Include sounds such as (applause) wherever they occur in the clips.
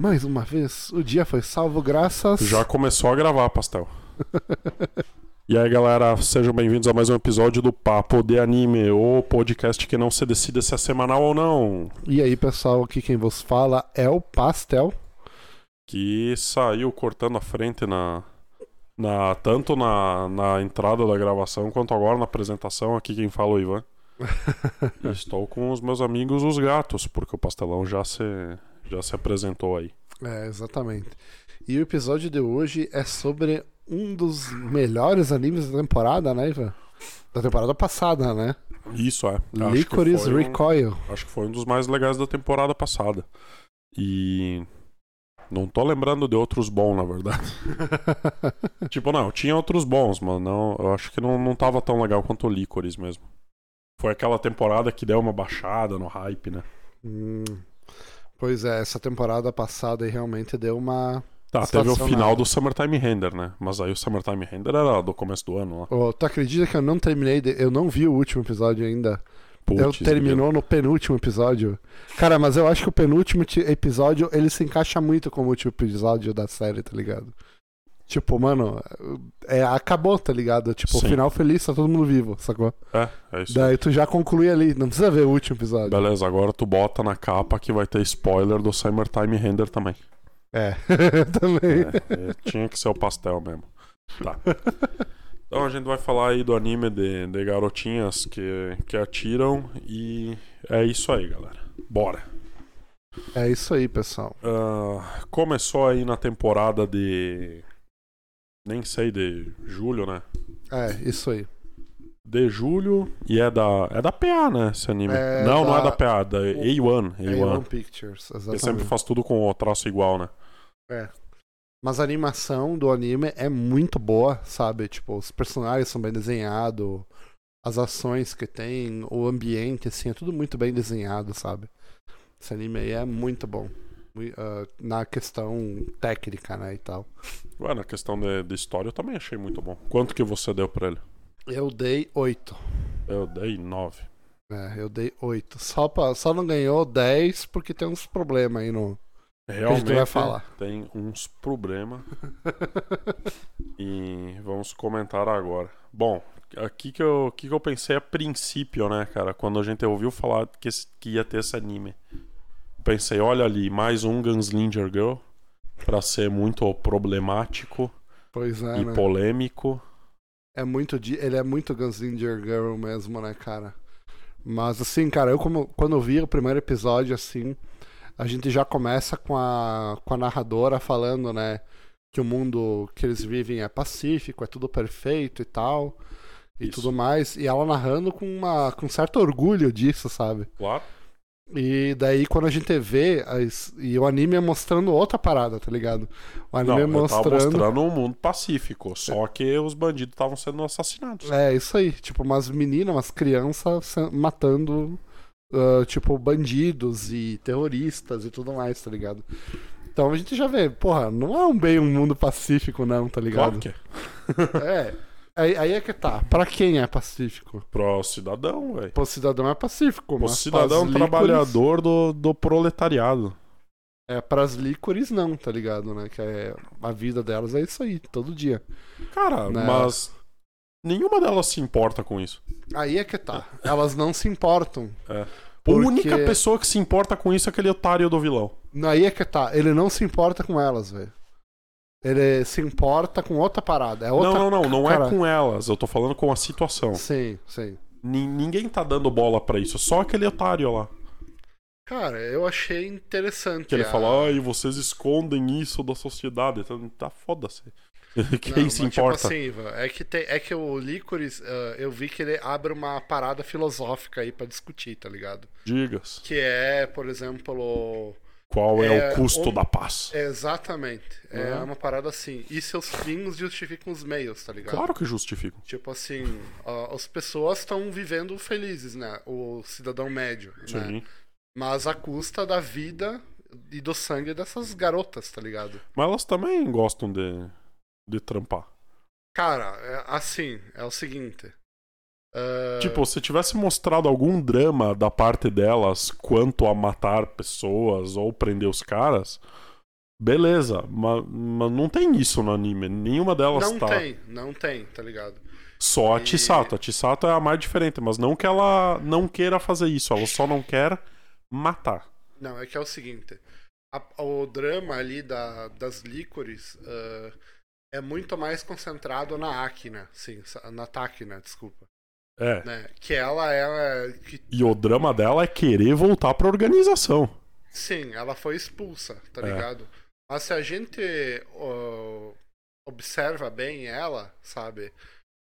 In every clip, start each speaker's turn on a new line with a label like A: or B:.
A: Mais uma vez, o dia foi salvo graças.
B: Já começou a gravar, Pastel. e aí, galera, sejam bem-vindos a mais um episódio do Papo de Anime, o podcast que não se decide se é semanal ou não.
A: (laughs) E aí, pessoal, aqui quem vos fala é o Pastel. (laughs)
B: Que saiu cortando a frente na. na tanto na, na entrada da gravação quanto agora na apresentação. Aqui quem fala é o Ivan. E Estou com os meus amigos os gatos, porque o pastelão já se, já se apresentou aí.
A: É, exatamente. E o episódio de hoje é sobre um dos melhores animes da temporada, né, Ivan? Da temporada passada, né?
B: Isso é. Acho que
A: Licorice
B: foi um-
A: Recoil. (laughs)
B: Acho que foi um dos mais legais da temporada passada. E. Não tô lembrando de outros bons, na verdade. tipo, não, tinha outros bons, mano. Não, eu acho que não, não tava tão legal quanto o Licorice mesmo. Foi aquela temporada que deu uma baixada no hype, né?
A: Hum. Pois é, essa temporada passada aí realmente deu uma.
B: Tá, teve o
A: Estacionado.
B: final do Summertime Render, né? Mas aí o Summertime Render era do começo do ano lá.
A: Ô, tu acredita que eu não terminei? de- Eu não vi o último episódio ainda. eu
B: Putz,
A: terminou no penúltimo episódio. Cara, mas eu acho que o penúltimo ti- episódio ele se encaixa muito com o último episódio da série, tá ligado? Tipo, mano, é, acabou, tá ligado? Tipo,
B: Sim.
A: final feliz, tá todo mundo vivo, sacou?
B: É, é isso.
A: Daí tu já conclui ali, não precisa ver o último episódio.
B: Beleza, agora tu bota na capa que vai ter spoiler do Summertime Render também.
A: É, (laughs) também.
B: É, é, tinha que ser o pastel mesmo. Tá. Então a gente vai falar aí do anime de, de garotinhas que, que atiram e é isso aí, galera. Bora.
A: É. isso aí, pessoal.
B: Ah, começou aí na temporada de. Nem sei, de julho, né?
A: É, isso aí.
B: De julho e é da. É da PA, né? Esse anime.
A: É
B: não, não é
A: da-
B: da PA, é da A1.
A: A1
B: A1.
A: Pictures,
B: Ele
A: exatamente.
B: sempre faz tudo com o traço igual, né?
A: É. Mas a animação do anime é muito boa, sabe? Tipo, os personagens são bem desenhados, as ações que tem, o ambiente, assim, é tudo muito bem desenhado, sabe? Esse anime aí é muito bom. Mui- ah, na questão técnica, né, e tal.
B: Ué, na questão de, de história eu também achei muito bom. Quanto que você deu pra ele?
A: Eu dei 8.
B: Eu dei 9.
A: É, eu dei 8. Só, pra, só não ganhou 10 porque tem uns problemas aí no. (laughs)
B: Realmente
A: vai falar.
B: tem uns problemas e vamos comentar agora. Bom, aqui que eu, que que eu pensei a princípio, né, cara? Quando a gente ouviu falar que, esse- que ia ter esse anime. Pensei, olha ali, mais um Gunslinger Girl pra ser muito problemático
A: pois é,
B: e
A: né?
B: polêmico.
A: É muito de, ele é muito Gunslinger Girl mesmo, né, cara? Mas assim, cara, eu como quando eu vi o primeiro episódio assim, a gente já começa com a com a narradora falando, né, que o mundo que eles vivem é pacífico, é tudo perfeito e tal. E
B: Isso.
A: tudo mais, e ela narrando com, uma, com certo orgulho disso, sabe?
B: Claro.
A: E daí quando a gente vê, as- e o anime é mostrando outra parada, tá ligado? O
B: Não,
A: anime é
B: eu tava
A: mostrando
B: mostrando um mundo pacífico, só que os bandidos estavam sendo assassinados.
A: É, isso aí. Tipo, umas meninas, umas crianças sa- matando, ah, tipo, bandidos e terroristas e tudo mais, tá ligado? Então a gente já vê, porra, não é um bem um mundo pacífico, não, tá
B: Claro
A: ligado?
B: que é.
A: É. Aí, aí é que tá. Pra quem é pacífico?
B: Pro cidadão, velho.
A: Pô, cidadão é pacífico,
B: O
A: mas.
B: cidadão
A: pras lícoris-
B: trabalhador do, do proletariado.
A: É, pras lícoris não, tá ligado, né? Que é, a vida delas é isso aí, todo dia.
B: Cara,
A: Né?
B: mas nenhuma delas se importa com isso.
A: Aí é que tá. Elas não se importam.
B: A
A: Porque-
B: É. única pessoa que se importa com isso é aquele otário do vilão.
A: Aí é que tá, ele não se importa com elas, velho. Ele se importa com outra parada. É outra...
B: não, não, não, não é
A: cara.
B: com elas. Eu tô falando com a situação.
A: Sim, sim.
B: Ni- ninguém tá dando bola pra isso, só aquele otário lá.
A: Cara, eu achei interessante.
B: Que ele "Ah,
A: a-
B: fala, ai, vocês escondem isso da sociedade. Tá, tá foda-se. (laughs) Quem
A: Não,
B: se
A: mas,
B: importa?
A: Tipo assim, Ivan, é que, tem, é que o Licorice, ah, eu vi que ele abre uma parada filosófica aí pra discutir, tá ligado?
B: Digas.
A: Que é, por exemplo,
B: Qual é,
A: É,
B: o custo
A: o-
B: da paz?
A: exatamente. É
B: Uhum.
A: uma parada assim. E seus fins justificam os meios, tá ligado?
B: Claro que justificam.
A: Tipo assim, ah, as pessoas estão vivendo felizes, né? O cidadão médio, né?
B: Sim.
A: Mas à custa da vida e do sangue dessas garotas, tá ligado?
B: Mas elas também gostam de, de trampar.
A: Cara, é assim, é o seguinte. ah,
B: Tipo, se tivesse mostrado algum drama da parte delas quanto a matar pessoas ou prender os caras, Beleza, mas, mas não tem isso no anime. Nenhuma delas
A: Não
B: tá.
A: tem, não tem, tá ligado?
B: Só a
A: E-
B: Chisato. A Chisato é a mais diferente, mas não que ela não queira fazer isso, ela só não quer matar.
A: Não, é que é o seguinte. a- o drama ali da, das lícores ah, é muito mais concentrado na Akina, sim, sa- na Takina, desculpa.
B: É.
A: Né? Que ela é. Que,
B: E o drama dela é querer voltar pra organização.
A: sim, ela foi expulsa, tá
B: É.
A: ligado? Mas se a gente ó, observa bem ela, sabe?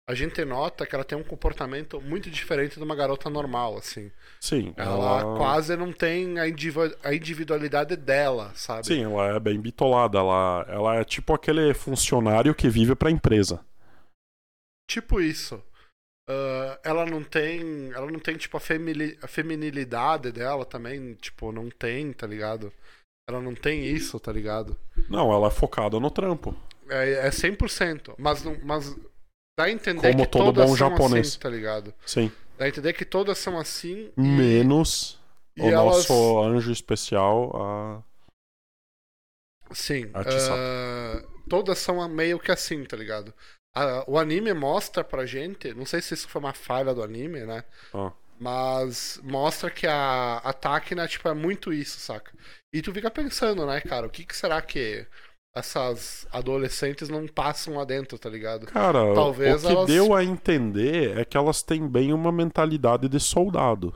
A: A gente nota que ela tem um comportamento muito diferente de uma garota normal, assim.
B: Sim,
A: Ela,
B: ela,
A: quase não tem a, indivi- a individualidade dela, sabe?
B: Sim, ela é bem bitolada, ela ela é tipo aquele funcionário que vive pra empresa.
A: Tipo isso. Ah, ela não tem. Ela não tem, tipo, a, femili- a feminilidade dela também, tipo, não tem, tá ligado? Ela não tem isso, tá ligado?
B: Não, ela é focada no trampo.
A: É, é 100%. Mas, não, mas dá a entender
B: Como
A: que
B: todo
A: todas
B: bom
A: são
B: japonês.
A: assim, tá ligado?
B: Sim.
A: Dá a entender que todas são assim.
B: Menos
A: E
B: o
A: elas.
B: nosso anjo especial, a
A: Sim.
B: a Chisato.
A: ah, todas são meio que assim, tá ligado? Ah, o anime mostra pra gente. Não sei se isso foi uma falha do anime, né?
B: Ah.
A: Mas mostra que a, a Takina, tipo, é muito isso, saca? E tu fica pensando, né, cara, o que, que será que essas adolescentes não passam lá dentro, tá ligado?
B: Cara,
A: Talvez
B: o que
A: elas-
B: deu a entender é que elas têm bem uma mentalidade de soldado.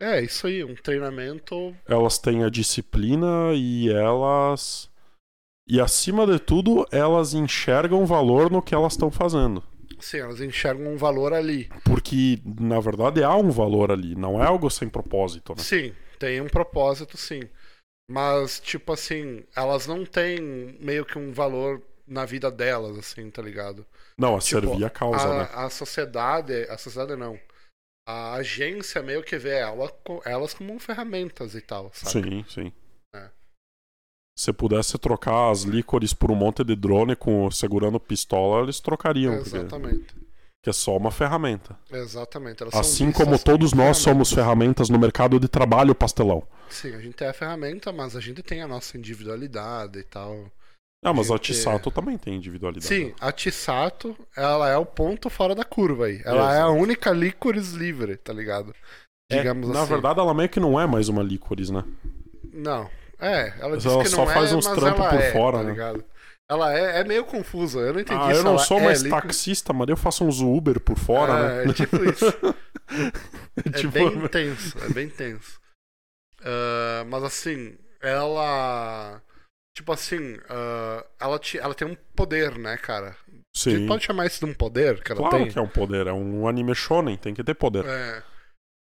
A: É, isso aí, um treinamento.
B: Elas têm a disciplina e elas. E acima de tudo, elas enxergam valor no que elas estão fazendo.
A: Sim, elas enxergam um valor ali.
B: Porque, na verdade, há um valor ali, não é algo sem propósito, né?
A: Sim, tem um propósito, sim. Mas, tipo assim, elas não têm meio que um valor na vida delas, assim, tá ligado?
B: Não, é
A: Tipo,
B: servir a causa, né?
A: a, a sociedade, a sociedade não. A agência meio que vê ela co- elas como ferramentas e tal, sabe?
B: Sim, sim.
A: É.
B: Se pudesse trocar as lícores por um monte de drone com, segurando pistola, eles trocariam, porque,
A: exatamente.
B: porque é só uma ferramenta.
A: Exatamente. Elas são
B: Assim
A: vistas
B: como todos nós
A: ferramentas.
B: somos ferramentas no mercado de trabalho, pastelão.
A: Sim, a gente é a ferramenta, mas a gente tem a nossa individualidade e tal.
B: Ah, mas a
A: Gente, é.
B: Tissato também tem individualidade.
A: Sim, a Tissato, ela é o ponto fora da curva aí. Ela é a única licores livre, tá ligado?
B: É,
A: Digamos assim.
B: Na verdade, ela meio que não é mais uma lícores, né?
A: Não. É, ela
B: Mas
A: diz
B: ela
A: que
B: só
A: não
B: faz
A: é,
B: uns
A: mas
B: trampos
A: ela
B: por
A: é,
B: fora,
A: tá
B: né?
A: ligado? Ela é, é meio confusa, eu não entendi
B: ah,
A: se
B: eu não
A: ela
B: sou
A: é
B: mais
A: líquor-
B: taxista, mas eu faço uns Uber por fora,
A: é,
B: né?
A: É
B: (laughs)
A: tipo isso.
B: É
A: É
B: (laughs) tipo-
A: bem tenso, é bem tenso. Ah, mas assim, ela. Tipo assim, ah, ela, te, ela tem um poder, né, cara? A
B: Sim.
A: gente pode chamar isso de um poder que ela
B: Claro
A: tem?
B: que é um poder, é um anime shonen, tem que ter poder.
A: É.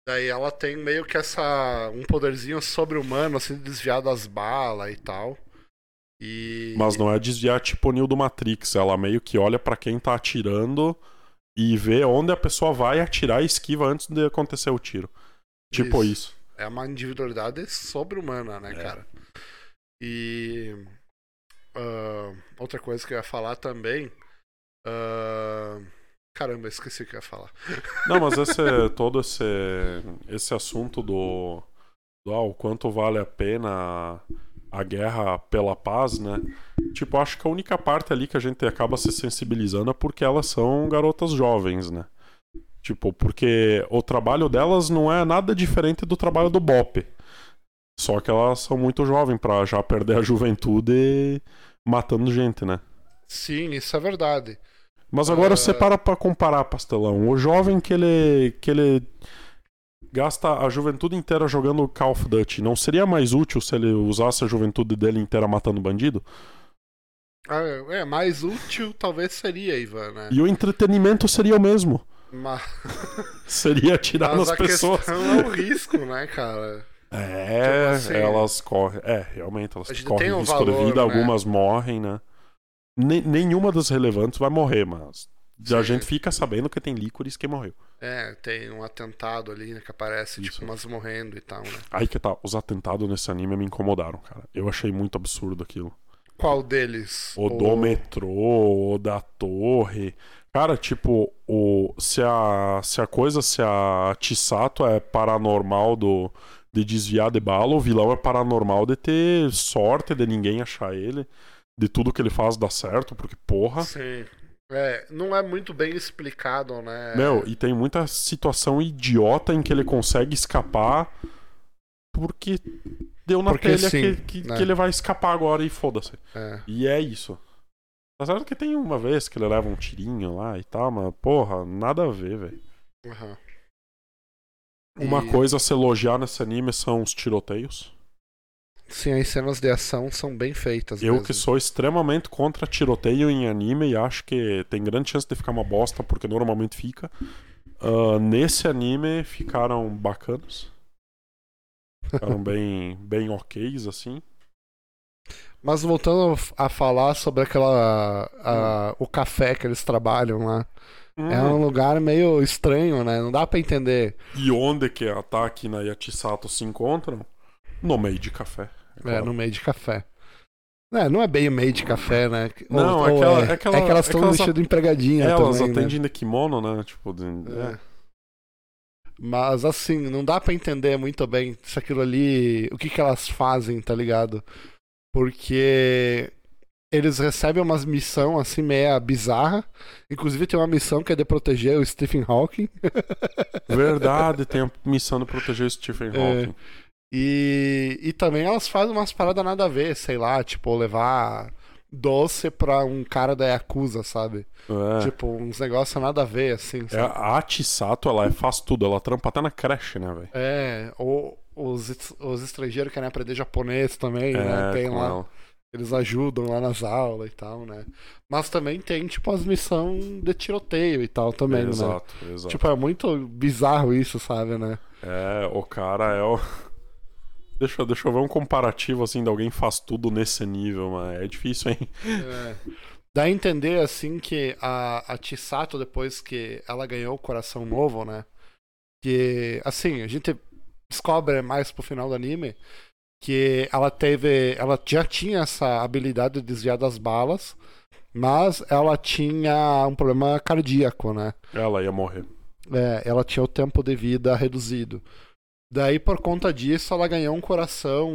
A: Daí ela tem meio que essa. um poderzinho sobre-humano, assim, de desviar das balas e tal. E.
B: Mas não é desviar tipo Neo do Matrix, ela meio que olha pra quem tá atirando e vê onde a pessoa vai atirar e esquiva antes de acontecer o tiro. Tipo isso.
A: É uma individualidade sobre-humana, né,
B: É.
A: cara? E. ah, outra coisa que eu ia falar também. ah, caramba, esqueci o que eu ia falar.
B: Não, mas esse todo esse esse assunto do, do ah, o quanto vale a pena a guerra pela paz, né? Tipo, acho que a única parte ali que a gente acaba se sensibilizando é porque elas são garotas jovens, né? Tipo, porque o trabalho delas não é nada diferente do trabalho do Bop. Só que elas são muito jovens pra já perder a juventude matando gente, né?
A: Sim, isso é verdade.
B: Mas agora
A: Ah.
B: você para pra comparar, Pastelão. O jovem que ele, que ele gasta a juventude inteira jogando Call of Duty, não seria mais útil se ele usasse a juventude dele inteira matando bandido?
A: Ah, é, mais útil talvez seria, Ivan, né?
B: E o entretenimento seria o mesmo. (laughs)
A: Mas,
B: Seria atirar
A: mas
B: tá nas
A: a
B: pessoas.
A: questão é o risco, né, cara?
B: (laughs)
A: Tipo
B: É,
A: assim,
B: elas correm. É, realmente, elas
A: a gente
B: correm
A: tem um
B: risco de
A: valor,
B: vida,
A: né?
B: algumas morrem, né? Ne- nenhuma das relevantes vai morrer, mas a
A: Sim.
B: gente fica sabendo que tem líquores que morreu.
A: É, tem um atentado ali, né, que aparece,
B: Isso.
A: tipo, umas morrendo e tal, né?
B: Aí que tá, os atentados nesse anime me incomodaram, cara. Eu achei muito absurdo aquilo.
A: Qual deles?
B: O do metrô, o da torre. Cara, tipo, o, se, a, se a coisa, se a Tissato é paranormal do de desviar de bala, o vilão é paranormal de ter sorte de ninguém achar ele, de tudo que ele faz dar certo, porque porra.
A: Sim. É, não é muito bem explicado, né?
B: É. Meu, e tem muita situação idiota em que ele consegue escapar porque deu na
A: Porque
B: telha
A: sim,
B: que, que,
A: né?
B: que ele vai escapar agora e foda-se.
A: É.
B: E é isso. Tá certo que tem uma vez que ele leva um tirinho lá e tal, mas porra, nada a ver, velho.
A: aham.
B: Uma
A: E-
B: coisa a se elogiar nesse anime são os tiroteios.
A: Sim, as cenas de ação são bem feitas.
B: Eu
A: mesmo.
B: que sou extremamente contra tiroteio em anime e acho que tem grande chance de ficar uma bosta, porque normalmente fica. Ah, nesse anime ficaram bacanas.
A: (laughs)
B: Ficaram bem, bem oks, assim.
A: Mas voltando a falar sobre aquela.
B: Hum.
A: a- o café que eles trabalham lá. É
B: Uhum.
A: um lugar meio estranho, né? Não dá pra entender.
B: E onde que a Takina e a Chisato se encontram? No meio de café.
A: É,
B: claro.
A: no meio de café. É, não é bem o meio de café, né? Ou-
B: Não,
A: ou
B: aquela-
A: é,
B: aquela-
A: é que elas estão
B: aquelas É,
A: vestidas empregadinha
B: Elas
A: também, né?
B: atendem de kimono, né? Tipo, de- é.
A: É. Mas assim, não dá pra entender muito bem se aquilo ali, o que que elas fazem, tá ligado? Porque eles recebem umas missão assim meia bizarra. Inclusive tem uma missão que é de proteger o Stephen Hawking.
B: é. Verdade, tem a missão de proteger o Stephen
A: É.
B: Hawking.
A: E, e também elas fazem umas paradas nada a ver, sei lá, tipo levar doce pra um cara da Yakuza, sabe?
B: É.
A: Tipo, uns negócios nada a ver, assim.
B: É,
A: sabe?
B: a Chisato, ela é- faz tudo, ela trampa até na creche, né, velho?
A: É, ou os, es- os estrangeiros querem aprender japonês também, né? Tem
B: É, com
A: lá.
B: ela.
A: Eles ajudam lá nas aulas e tal, né? Mas também tem, tipo, as missões de tiroteio e tal também, né?
B: exato, exato.
A: Tipo, é muito bizarro isso, sabe, né?
B: É, o cara é o. (laughs) Deixa, eu- deixa eu ver um comparativo assim de alguém faz tudo nesse nível, mas é difícil, hein?
A: É. Dá a entender, assim, que a, a Chisato, depois que ela ganhou o coração novo, né? Que, assim, a gente descobre mais pro final do anime que ela teve. Ela já tinha essa habilidade de desviar das balas, mas ela tinha um problema cardíaco, né?
B: Ela ia morrer.
A: É, ela tinha o tempo de vida reduzido. Daí, por conta disso, ela ganhou um coração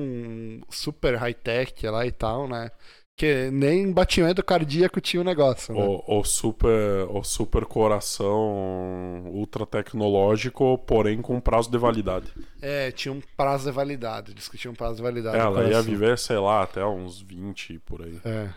A: super high-tech lá e tal, né? Que nem batimento cardíaco tinha o negócio, né?
B: O, o super, o super coração ultra tecnológico, porém com prazo de validade.
A: É, tinha um prazo de validade. Diz que tinha um prazo de validade. no
B: ela ia
A: coração.
B: viver, sei lá, até uns 20 por aí.
A: É.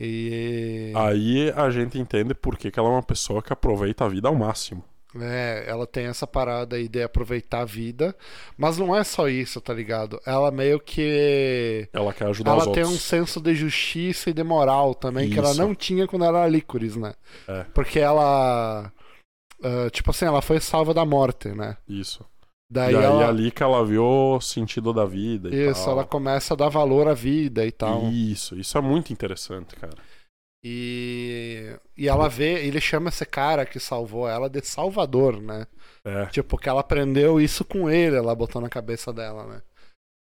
A: E.
B: Aí a gente entende por que, que ela é uma pessoa que aproveita a vida ao máximo.
A: É, ela tem essa parada aí de aproveitar a vida. Mas não é só isso, tá ligado? Ela meio que.
B: Ela quer ajudar os
A: Ela tem um
B: outros.
A: senso de justiça e de moral também, que ela
B: Isso.
A: não tinha quando era lícoris, né?
B: É.
A: Porque ela. ah, tipo assim, ela foi salva da morte, né?
B: Isso.
A: Daí
B: e aí é
A: ela.
B: ali que ela viu o sentido da vida e
A: Isso,
B: tal.
A: ela começa a dar valor à vida e tal.
B: Isso, isso é muito interessante, cara.
A: E. E
B: Uhum.
A: ela vê, ele chama esse cara que salvou ela de Salvador, né?
B: É.
A: Tipo, que ela aprendeu isso com ele, ela botou na cabeça dela, né?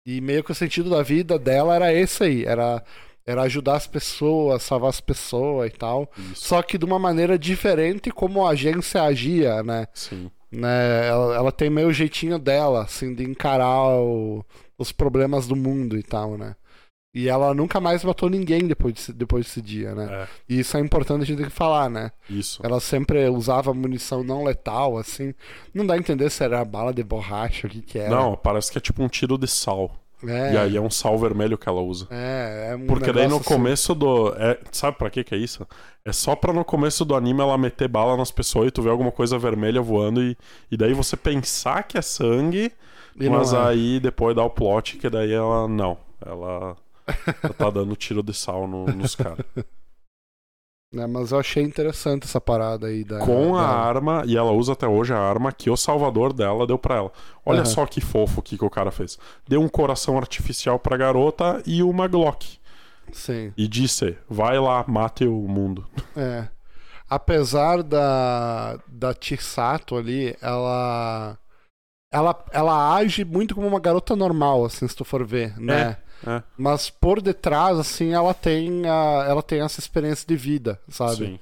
A: E meio que o sentido da vida dela era esse aí, era, era ajudar as pessoas, salvar as pessoas e tal.
B: Isso.
A: Só que de uma maneira diferente como a agência agia, né?
B: Sim.
A: né? Ela, ela tem meio o jeitinho dela, assim, de encarar o- os problemas do mundo e tal, né? E ela nunca mais matou ninguém depois, desse- depois desse dia, né?
B: É.
A: E isso é importante a gente ter que falar, né?
B: Isso.
A: Ela sempre usava munição não letal, assim. Não dá a entender se era bala de borracha, o que que era.
B: Não, parece que é tipo um tiro de sal.
A: É,
B: E aí é um sal vermelho que ela usa.
A: é, é um
B: Porque daí no
A: negócio assim.
B: começo do. é- sabe pra que que é isso? É só pra no começo do anime ela meter bala nas pessoas e tu vê alguma coisa vermelha voando e, e daí você pensar que é sangue,
A: E não
B: mas
A: é. (laughs)
B: aí depois dá o plot que daí ela. Não. Ela, ela tá dando tiro de sal no- nos caras.
A: Né, mas eu achei interessante essa parada aí da.
B: com a
A: da-
B: arma, e ela usa até hoje a arma que o salvador dela deu pra ela. Olha
A: Aham.
B: só que fofo que, que o cara fez. Deu um coração artificial pra garota e uma Glock.
A: Sim.
B: E disse: vai lá, mate o mundo.
A: É. Apesar da da Chisato ali, ela ela ela age muito como uma garota normal, assim, se tu for ver, né?
B: É,
A: Mas por detrás, assim, ela tem a, ela tem essa experiência de vida, sabe?
B: sim.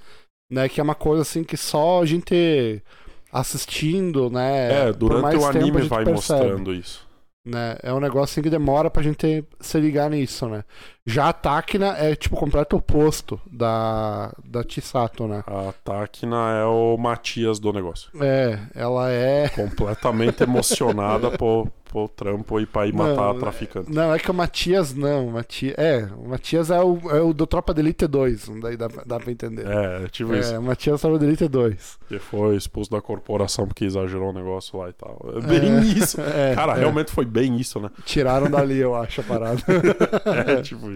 A: Né, que é uma coisa assim que só a gente assistindo, né?
B: É,
A: por mais É,
B: durante o
A: tempo a
B: anime
A: gente
B: vai
A: percebe.
B: mostrando isso.
A: né? É um negócio assim que demora pra gente se ligar nisso, né? Já a Takna é tipo o completo oposto da, da Chisato, né?
B: A Takna é o Matias do negócio.
A: É, ela é.
B: Completamente (laughs) emocionada por, por trampo e pra ir matar
A: Não,
B: a traficante.
A: Não, é que o Matias não. O Matias, é, o Matias é o, é o do Tropa de Elite 2, daí dá, dá pra entender.
B: É, tipo isso.
A: É, o Matias Tropa de Elite 2.
B: Que foi expulso da corporação porque exagerou o negócio lá e tal. É bem isso.
A: (laughs) É,
B: Cara,
A: é.
B: realmente foi bem isso, né?
A: Tiraram dali, eu acho, a parada.
B: (laughs) É, tipo isso.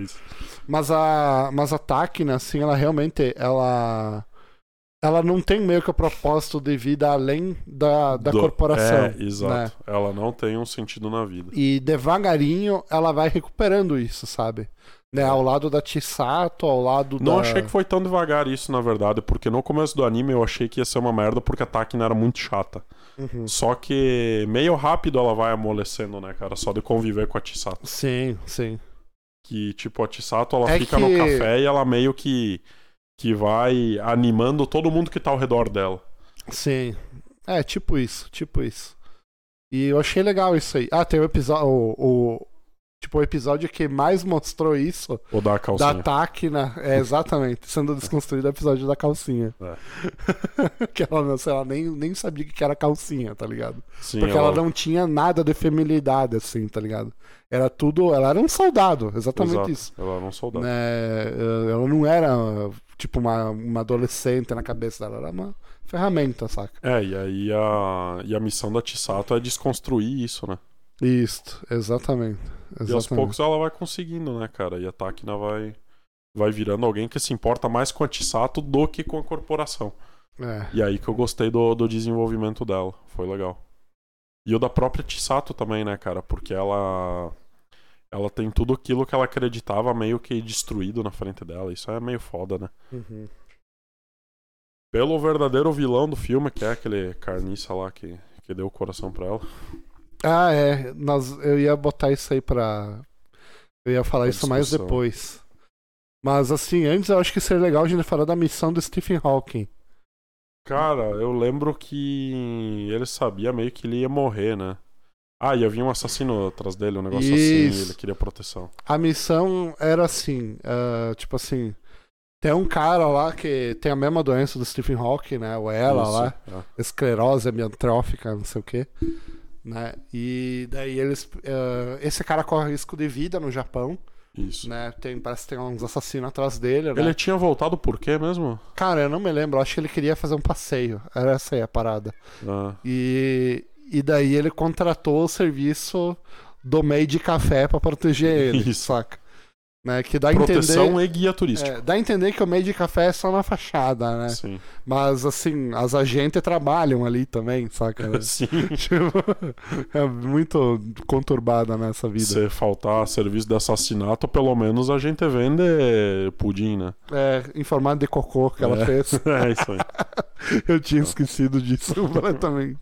A: Mas a, mas a Takna, assim, ela realmente, ela... Ela não tem meio que o propósito de vida além da, (laughs) da
B: Do-
A: corporação. né?
B: É, exato. Ela não tem um sentido na vida.
A: E devagarinho ela vai recuperando isso, sabe? Né, ao lado da Chisato, ao lado
B: Não
A: da...
B: achei que foi tão devagar isso, na verdade, porque no começo do anime eu achei que ia ser uma merda porque a Takina era muito chata.
A: Uhum.
B: Só que meio rápido ela vai amolecendo, né, cara? Só de conviver com a Chisato.
A: Sim, sim.
B: Que, tipo, a Chisato ela
A: É
B: fica
A: que-
B: no café e ela meio que, que vai animando todo mundo que tá ao redor dela.
A: Sim. É, tipo isso, tipo isso. E eu achei legal isso aí. Ah, tem o episódio. O, o- tipo, o episódio que mais mostrou isso
B: Ou dá a calcinha.
A: da Takna. É, exatamente. Sendo desconstruído o episódio da calcinha. (laughs)
B: É.
A: que ela, não- sei lá, nem, nem sabia o que era calcinha, tá ligado?
B: Sim, é
A: Porque ela não tinha nada de feminilidade, assim, tá ligado? Era tudo. Ela era um soldado, exatamente
B: Exato.
A: isso.
B: Ela não soldado.
A: Né, eh, ela não era, tipo, uma, uma adolescente na cabeça dela, era uma ferramenta, saca?
B: É, e aí a, e a missão da Chisato é desconstruir isso, né?
A: Isso, exatamente.
B: E aos
A: exatamente.
B: poucos ela vai conseguindo, né, cara? E a Takina vai, vai virando alguém que se importa mais com a Chisato do que com a corporação.
A: É.
B: E aí que eu gostei do, do desenvolvimento dela. Foi legal. E o da própria Chisato também, né, cara? Porque ela. Ela tem tudo aquilo que ela acreditava meio que destruído na frente dela. Isso é meio foda, né?
A: Uhum.
B: Pelo verdadeiro vilão do filme, que é aquele carniça lá que, que deu o coração pra ela.
A: Ah, é. Nós, eu ia botar isso aí pra. Eu ia falar
B: Pra
A: isso mais
B: discussão.
A: depois. Mas assim, antes eu acho que seria legal a gente falar da missão do Stephen Hawking.
B: Cara, eu lembro que ele sabia meio que ele ia morrer, né? Ah, e havia um assassino atrás dele, um negócio assim, e
A: Isso.
B: ele queria proteção.
A: A missão era assim, ah, tipo assim, tem um cara lá que tem a mesma doença do Stephen Hawking, né? Ou ela
B: Isso,
A: lá.
B: é.
A: esclerose amiotrófica, não sei o quê. Né? E daí eles. eh, esse cara corre risco de vida no Japão,
B: Isso.
A: né? Tem, parece que tem uns assassinos atrás dele, né?
B: Ele tinha voltado por quê mesmo?
A: Cara, eu não me lembro, eu acho que ele queria fazer um passeio. Era essa aí a parada.
B: Ah,
A: E, e daí ele contratou o serviço do meio de café pra proteger ele,
B: Isso.
A: saca? Né? Que dá a
B: proteção tipo.
A: entender.
B: e guia turístico.
A: é, dá a entender que o meio de café é só na fachada, né?
B: Sim. (laughs)
A: Mas, assim, as agentes trabalham ali também, saca?
B: (laughs) Sim.
A: (laughs) Tipo, é muito conturbada nessa vida.
B: Se faltar serviço de assassinato, pelo menos a gente vende pudim, né? (laughs)
A: É, em formato de cocô que ela
B: É.
A: fez.
B: É isso aí.
A: (laughs) Eu tinha esquecido disso (laughs) completamente.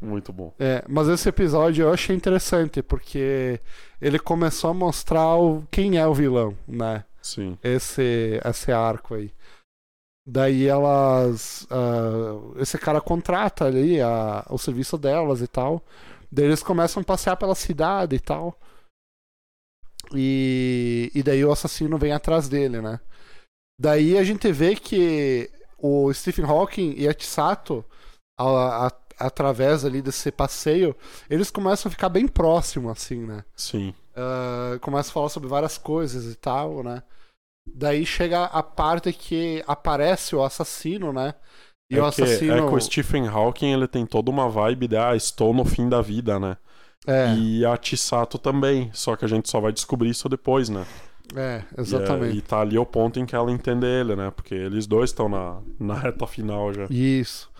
B: Muito bom.
A: É, mas esse episódio eu achei interessante, porque ele começou a mostrar o- quem é o vilão, né?
B: Sim.
A: Esse, esse arco aí. Daí elas. ah, esse cara contrata ali a- o serviço delas e tal. Daí eles começam a passear pela cidade e tal. E, e daí o assassino vem atrás dele, né? Daí a gente vê que o Stephen Hawking e a Chisato, a- a- através ali desse passeio, eles começam a ficar bem próximos, assim, né?
B: Sim.
A: Ah, começa a falar sobre várias coisas e tal, né? Daí chega a parte que aparece o assassino, né? E
B: é,
A: o
B: que,
A: assassino.
B: é que o Stephen Hawking ele tem toda uma vibe de ah, estou no fim da vida, né?
A: É,
B: E a Chisato também, só que a gente só vai descobrir isso depois, né?
A: é,
B: E, é, E,
A: exatamente.
B: tá ali o ponto em que ela entende ele, né? Porque eles dois estão na, na reta final já.
A: Isso.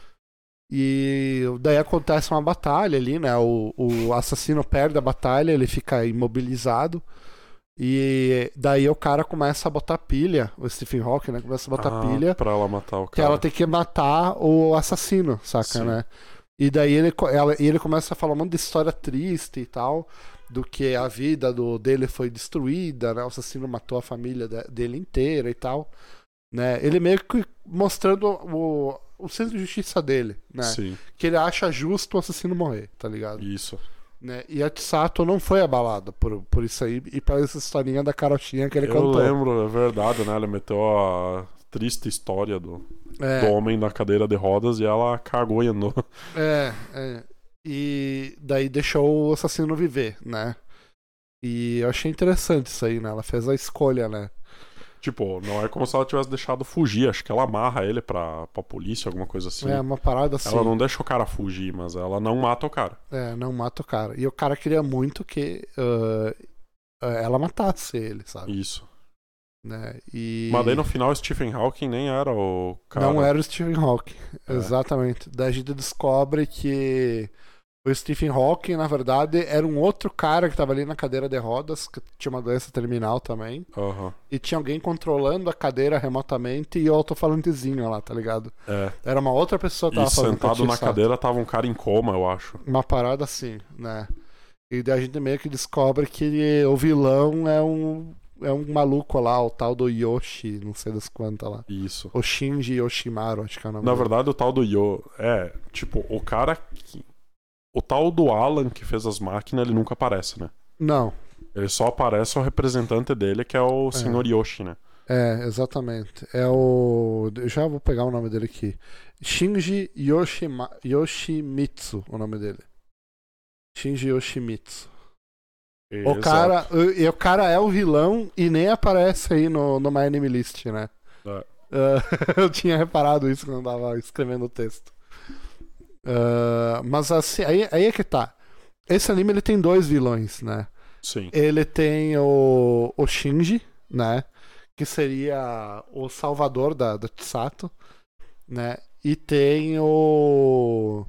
A: E daí acontece uma batalha ali, né? O, o assassino perde a batalha, ele fica imobilizado. E daí o cara começa a botar pilha, o Stephen Hawking, né? Começa a botar
B: Ah,
A: pilha
B: Pra ela matar o
A: que
B: cara.
A: ela tem que matar o assassino, saca,
B: Sim.
A: né? E daí ele, co- ela, e ele começa a falar um monte de história triste e tal, do que a vida do, dele foi destruída, né? O assassino matou a família de- dele inteira e tal, né? Ele meio que mostrando o, o senso de justiça dele, né?
B: Sim,
A: Que ele acha justo o assassino morrer, tá ligado?
B: isso.
A: Né? E a Tsato não foi abalada por, por isso aí e pela essa historinha da carotinha que ele
B: Eu
A: cantou.
B: lembro, é verdade, né? Ela meteu a triste história do, do
A: É,
B: homem na cadeira de rodas e ela cagou e andou. (laughs)
A: é, é. E daí deixou o assassino viver, né? E eu achei interessante isso aí, né? Ela fez a escolha, né?
B: Tipo, não é como se ela tivesse deixado fugir. Acho que ela amarra ele pra, pra polícia, alguma coisa assim.
A: É uma parada assim.
B: Ela não deixa o cara fugir, mas ela não mata o cara.
A: É, não mata o cara. E o cara queria muito que ah, ah, ela matasse ele, sabe?
B: Isso.
A: Né? E...
B: Mas daí no final, Stephen Hawking nem era o cara.
A: Não era o Stephen Hawking.
B: É.
A: Exatamente. Daí a gente descobre que o Stephen Hawking, na verdade, era um outro cara que tava ali na cadeira de rodas, que tinha uma doença terminal também.
B: Aham.
A: E tinha alguém controlando a cadeira remotamente e o alto-falantezinho lá, tá ligado?
B: É.
A: Era uma outra pessoa que tava
B: E
A: fazendo
B: sentado na
A: feitiço, sabe?
B: cadeira tava um cara em coma, eu acho.
A: Uma parada assim, né? E daí a gente meio que descobre que o vilão é um. É um maluco lá, o tal do Yoshi, não sei das quantas lá.
B: Isso.
A: O Shinji Yoshimaru, acho que é o nome
B: Na
A: dele.
B: verdade, o tal do Yo. É, tipo, o cara. Que... O tal do Alan que fez as máquinas, ele nunca aparece, né?
A: Não,
B: Ele só aparece o representante dele, que é o senhor Yoshi, né?
A: É, exatamente. É o. Eu já vou pegar o nome dele aqui. Shinji Yoshima... Yoshimitsu, o nome dele. Shinji Yoshimitsu. O
B: Exato.
A: cara, e e o cara é o vilão e nem aparece aí no, no My Enemy List, né?
B: É.
A: Ah, (laughs) eu tinha reparado isso quando eu tava escrevendo o texto. Ah, mas assim, aí, aí é que tá. Esse anime ele tem dois vilões, né?
B: Sim.
A: Ele tem o, o Shinji, né? Que seria o salvador da, da Tsato, né? E tem o.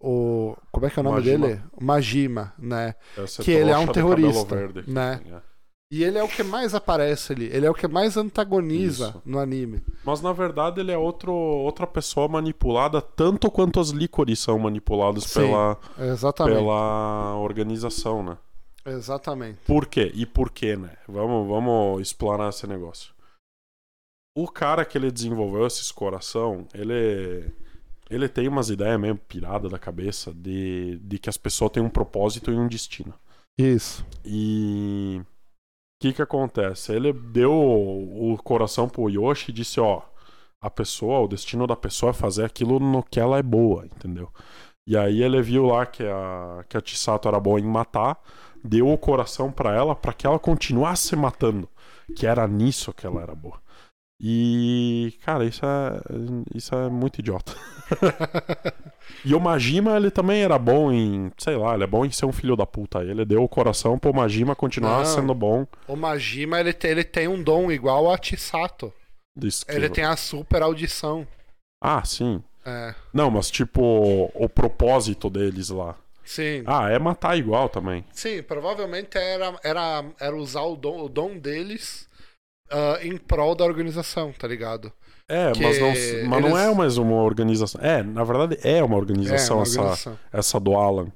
A: O. Como é que é o nome
B: Majima.
A: dele? O Majima, né?
B: Essa
A: que ele é um
B: trouxa de cabelo
A: terrorista,
B: verde que
A: né?
B: tem, é.
A: E ele é o que mais aparece ali. Ele é o que mais antagoniza
B: Isso.
A: no anime.
B: Mas na verdade ele é outro, outra pessoa manipulada, tanto quanto as licores são manipuladas
A: Sim,
B: pela,
A: Exatamente.
B: pela organização, né?
A: Exatamente.
B: Por quê? E por quê, né? Vamos, vamos explanar esse negócio. O cara que ele desenvolveu esses coração, ele. Ele tem umas ideias meio piradas da cabeça de, de que as pessoas têm um propósito e um destino.
A: Isso.
B: E o que que acontece? Ele deu o o coração pro Yoshi e disse, ó, a pessoa, o destino da pessoa é fazer aquilo no que ela é boa, entendeu? E aí ele viu lá que a que a Chisato era boa em matar, deu o coração pra ela pra que ela continuasse matando, que era nisso que ela era boa. E cara, isso é isso é muito idiota. E o Majima, ele também era bom em, sei lá, ele é bom em ser um filho da puta. Ele deu o coração pro Majima continuar
A: Não.
B: sendo bom.
A: o Majima, ele tem, ele tem um dom igual a Chisato.
B: Diz que-
A: Ele tem a super audição.
B: Ah, sim.
A: É.
B: Não, mas tipo, o propósito deles lá.
A: Sim.
B: Ah, é matar igual também.
A: Sim, provavelmente era, era, era usar o dom, o dom deles ah, em prol da organização, tá ligado?
B: É,
A: Que
B: mas, não, mas
A: eles-
B: não é mais uma organização. É, na verdade é uma organização,
A: uma
B: essa,
A: organização.
B: essa do Alan.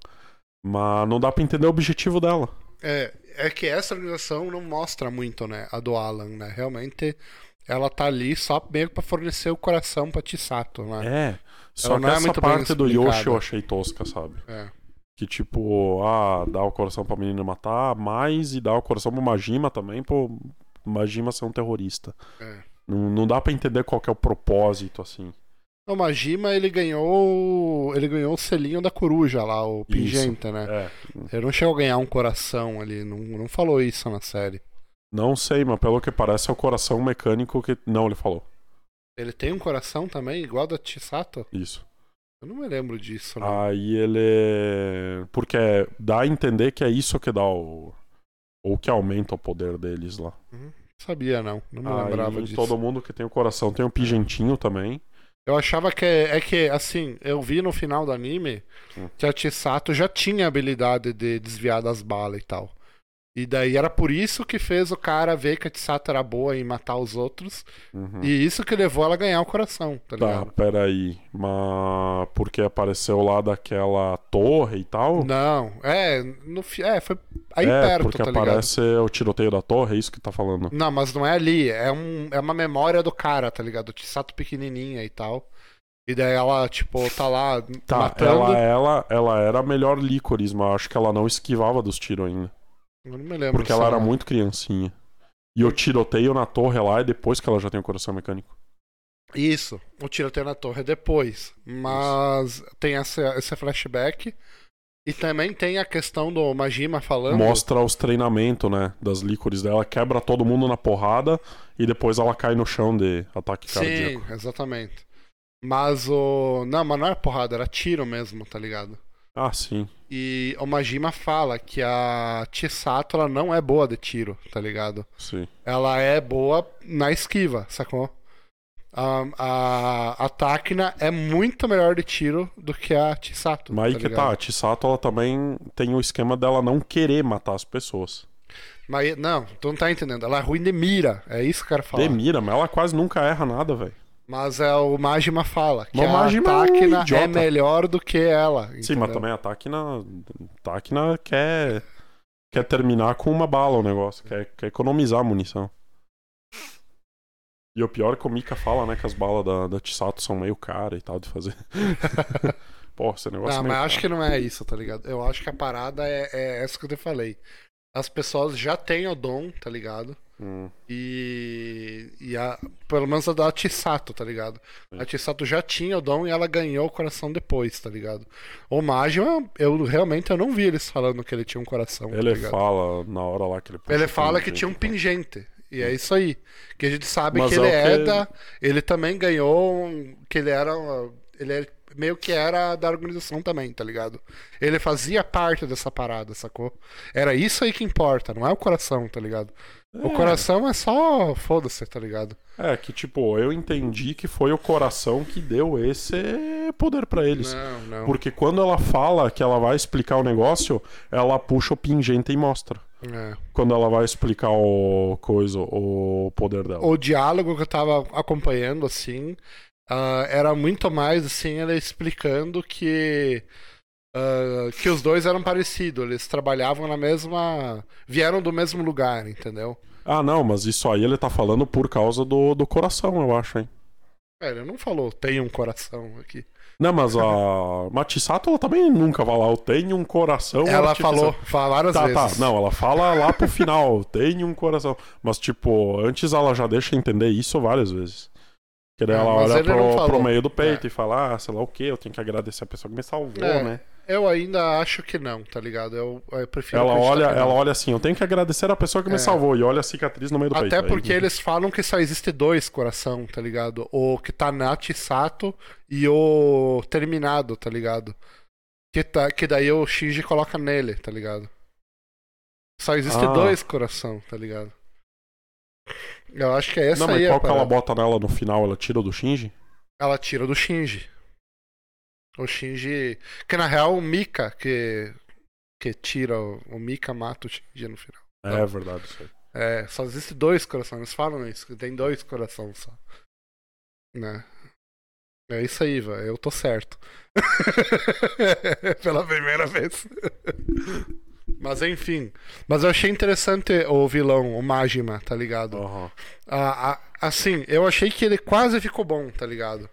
B: Mas não dá pra entender o objetivo dela.
A: É, é que essa organização não mostra muito, né? A do Alan, né? Realmente ela tá ali só meio que pra fornecer o coração pra Tissato, né?
B: É. Só que
A: não é
B: essa
A: muito bem
B: parte do Yoshi
A: explicada.
B: eu achei tosca, sabe?
A: É.
B: Que tipo, ah, dá o coração pra menina matar, mais e dá o coração pro Majima também, pro Majima ser um terrorista.
A: É.
B: Não, não dá pra entender qual que é o propósito, assim.
A: O Majima, ele ganhou. Ele ganhou o selinho da coruja lá, o pingente, né?
B: É.
A: Ele não chegou a ganhar um coração ali, não, não falou isso na série.
B: Não sei, mas pelo que parece é o coração mecânico que. Não, ele falou.
A: Ele tem um coração também, igual da Tissato?
B: Isso.
A: Eu não me lembro disso, né?
B: Aí ele. Porque dá a entender que é isso que dá o. Ou que aumenta o poder deles lá.
A: Sabia, não. Não me lembrava
B: Aí,
A: disso.
B: Ah, todo mundo que tem o coração tem o pigentinho também.
A: Eu achava que é que, assim, eu vi no final do anime
B: Hum.
A: que a Chisato já tinha habilidade de desviar das balas e tal. E daí era por isso que fez o cara ver que a Chisato era boa em matar os outros.
B: Uhum.
A: E isso que levou ela a ganhar o coração, tá
B: Tá,
A: ligado?
B: peraí. Mas porque apareceu lá daquela torre e tal?
A: Não, é, no, fi- é, foi aí
B: é,
A: perto,
B: porque
A: tá ligado?
B: aparece o tiroteio da torre, é isso que tá falando.
A: Não, mas não é ali, é, um, é uma memória do cara, tá ligado? O Chisato pequenininha e tal. E daí ela, tipo, tá lá
B: Tá,
A: matando.
B: ela, ela, ela era a melhor lícoris, mas eu acho que ela não esquivava dos tiros ainda.
A: Eu não me lembro. né?
B: Porque ela
A: se é.
B: era muito criancinha. E o tiroteio na torre lá é depois que ela já tem o coração mecânico.
A: Isso, o tiroteio na torre é depois. Mas tem essa, esse flashback. E também tem a questão do Majima falando.
B: Mostra os treinamentos, né? Das lícoris dela. Quebra todo mundo na porrada e depois ela cai no chão de ataque
A: Sim,
B: cardíaco.
A: exatamente. Mas o. Não, mas não era porrada, era tiro mesmo, tá ligado?
B: Ah, sim.
A: E o Majima fala que a Chisato ela não é boa de tiro, tá ligado?
B: Sim.
A: Ela é boa na esquiva, sacou? A, a, a Takina é muito melhor de tiro do que a Chisato.
B: Mas aí que tá,
A: ligado?
B: a Chisato ela também tem o esquema dela não querer matar as pessoas.
A: Mas, não, tu não tá entendendo. Ela é ruim de mira. É isso que eu quero falar.
B: Demira, mas ela quase nunca erra nada, velho.
A: Mas é o Majima fala que
B: Mas o Majima é um
A: a Takina é,
B: idiota.
A: melhor do que ela.
B: Sim, mas
A: entendeu?
B: também a Takna, Takna quer, quer terminar com uma bala o negócio, quer, quer economizar a munição. E o pior é que o Mika fala, né, que as balas da, da Chisato são meio caras e tal
A: (laughs)
B: de fazer. Pô, esse negócio
A: Não,
B: é meio
A: mas acho
B: caro.
A: que não é isso, tá ligado? Eu acho que a parada é, é essa que eu te falei. As pessoas já têm o dom, tá ligado?
B: Hum,
A: E. e a, pelo menos a da Tissato, tá ligado? A
B: Sim.
A: Tissato já tinha o dom e ela ganhou o coração depois, tá ligado? O Majima, eu realmente eu não vi eles falando que ele tinha um coração. tá
B: ele é
A: ligado?
B: fala na hora lá que ele puxa
A: Ele
B: o
A: fala que tinha um
B: pingente.
A: pingente. E é isso aí. Que a gente sabe
B: Mas
A: que ele
B: é o
A: é
B: que-
A: da. Ele também ganhou. um- Que ele era. uma- Ele é- meio que era da organização também, tá ligado? Ele fazia parte dessa parada, sacou? Era isso aí que importa, não é o coração, tá ligado? O
B: É.
A: coração é só. Foda-se, tá ligado?
B: É, que tipo, eu entendi que foi o coração que deu esse poder pra eles.
A: Não, não.
B: Porque quando ela fala que ela vai explicar o negócio, ela puxa o pingente e mostra.
A: É.
B: Quando ela vai explicar o coisa, o poder dela.
A: o diálogo que eu tava acompanhando, assim, ah, era muito mais, assim, ela explicando que, ah, que os dois eram parecidos, eles trabalhavam na mesma. vieram do mesmo lugar, entendeu?
B: Ah, não, mas isso aí ele tá falando por causa do, do coração, eu acho, hein?
A: É, Ele não falou, tem um coração aqui.
B: Não,
A: (laughs)
B: mas a Matisato, ela também nunca vai lá, eu tenho um coração.
A: ela
B: artificial."
A: falou, falou várias
B: Tá, tá,
A: vezes.
B: não, ela fala
A: (laughs)
B: lá pro final, "Eu tenho um coração. Mas, tipo, antes ela já deixa entender isso várias vezes. Que daí
A: É,
B: ela
A: mas
B: olha
A: ele não
B: pro,
A: falou.
B: pro meio do peito
A: É.
B: e fala, ah, sei lá o que, eu tenho que agradecer a pessoa que me salvou,
A: É,
B: né?
A: Eu ainda acho que não, tá ligado? Eu, eu prefiro.
B: Ela
A: acreditar
B: olha,
A: que não.
B: ela olha assim, eu tenho que agradecer a pessoa que
A: né? É.
B: me salvou, e olha a cicatriz no meio do peito.
A: Até
B: Aí-
A: porque eles falam que só existe dois coração, tá ligado? O que tá na Sato e o terminado, tá ligado? Que, tá, que daí o Shinji coloca nele, tá ligado? Só existe
B: Ah.
A: dois coração, tá ligado? Eu acho que é essa
B: não, mas
A: aí. a
B: qual que ela
A: parada.
B: bota nela no final? Ela tira do Shinji?
A: Ela tira do Shinji. O Shinji. Que na real o Mika que. Que tira. O, o Mika mata o Shinji no final. Não.
B: É verdade, isso aí.
A: É, só existe dois corações. Eles falam isso, que tem dois corações só. Né? É isso aí, velho. Eu tô certo. (laughs) Pela primeira vez. (laughs) Mas enfim. Mas eu achei interessante o vilão, o Majima, tá ligado?
B: Aham.
A: Ah, ah, assim, eu achei que ele quase ficou bom, tá ligado?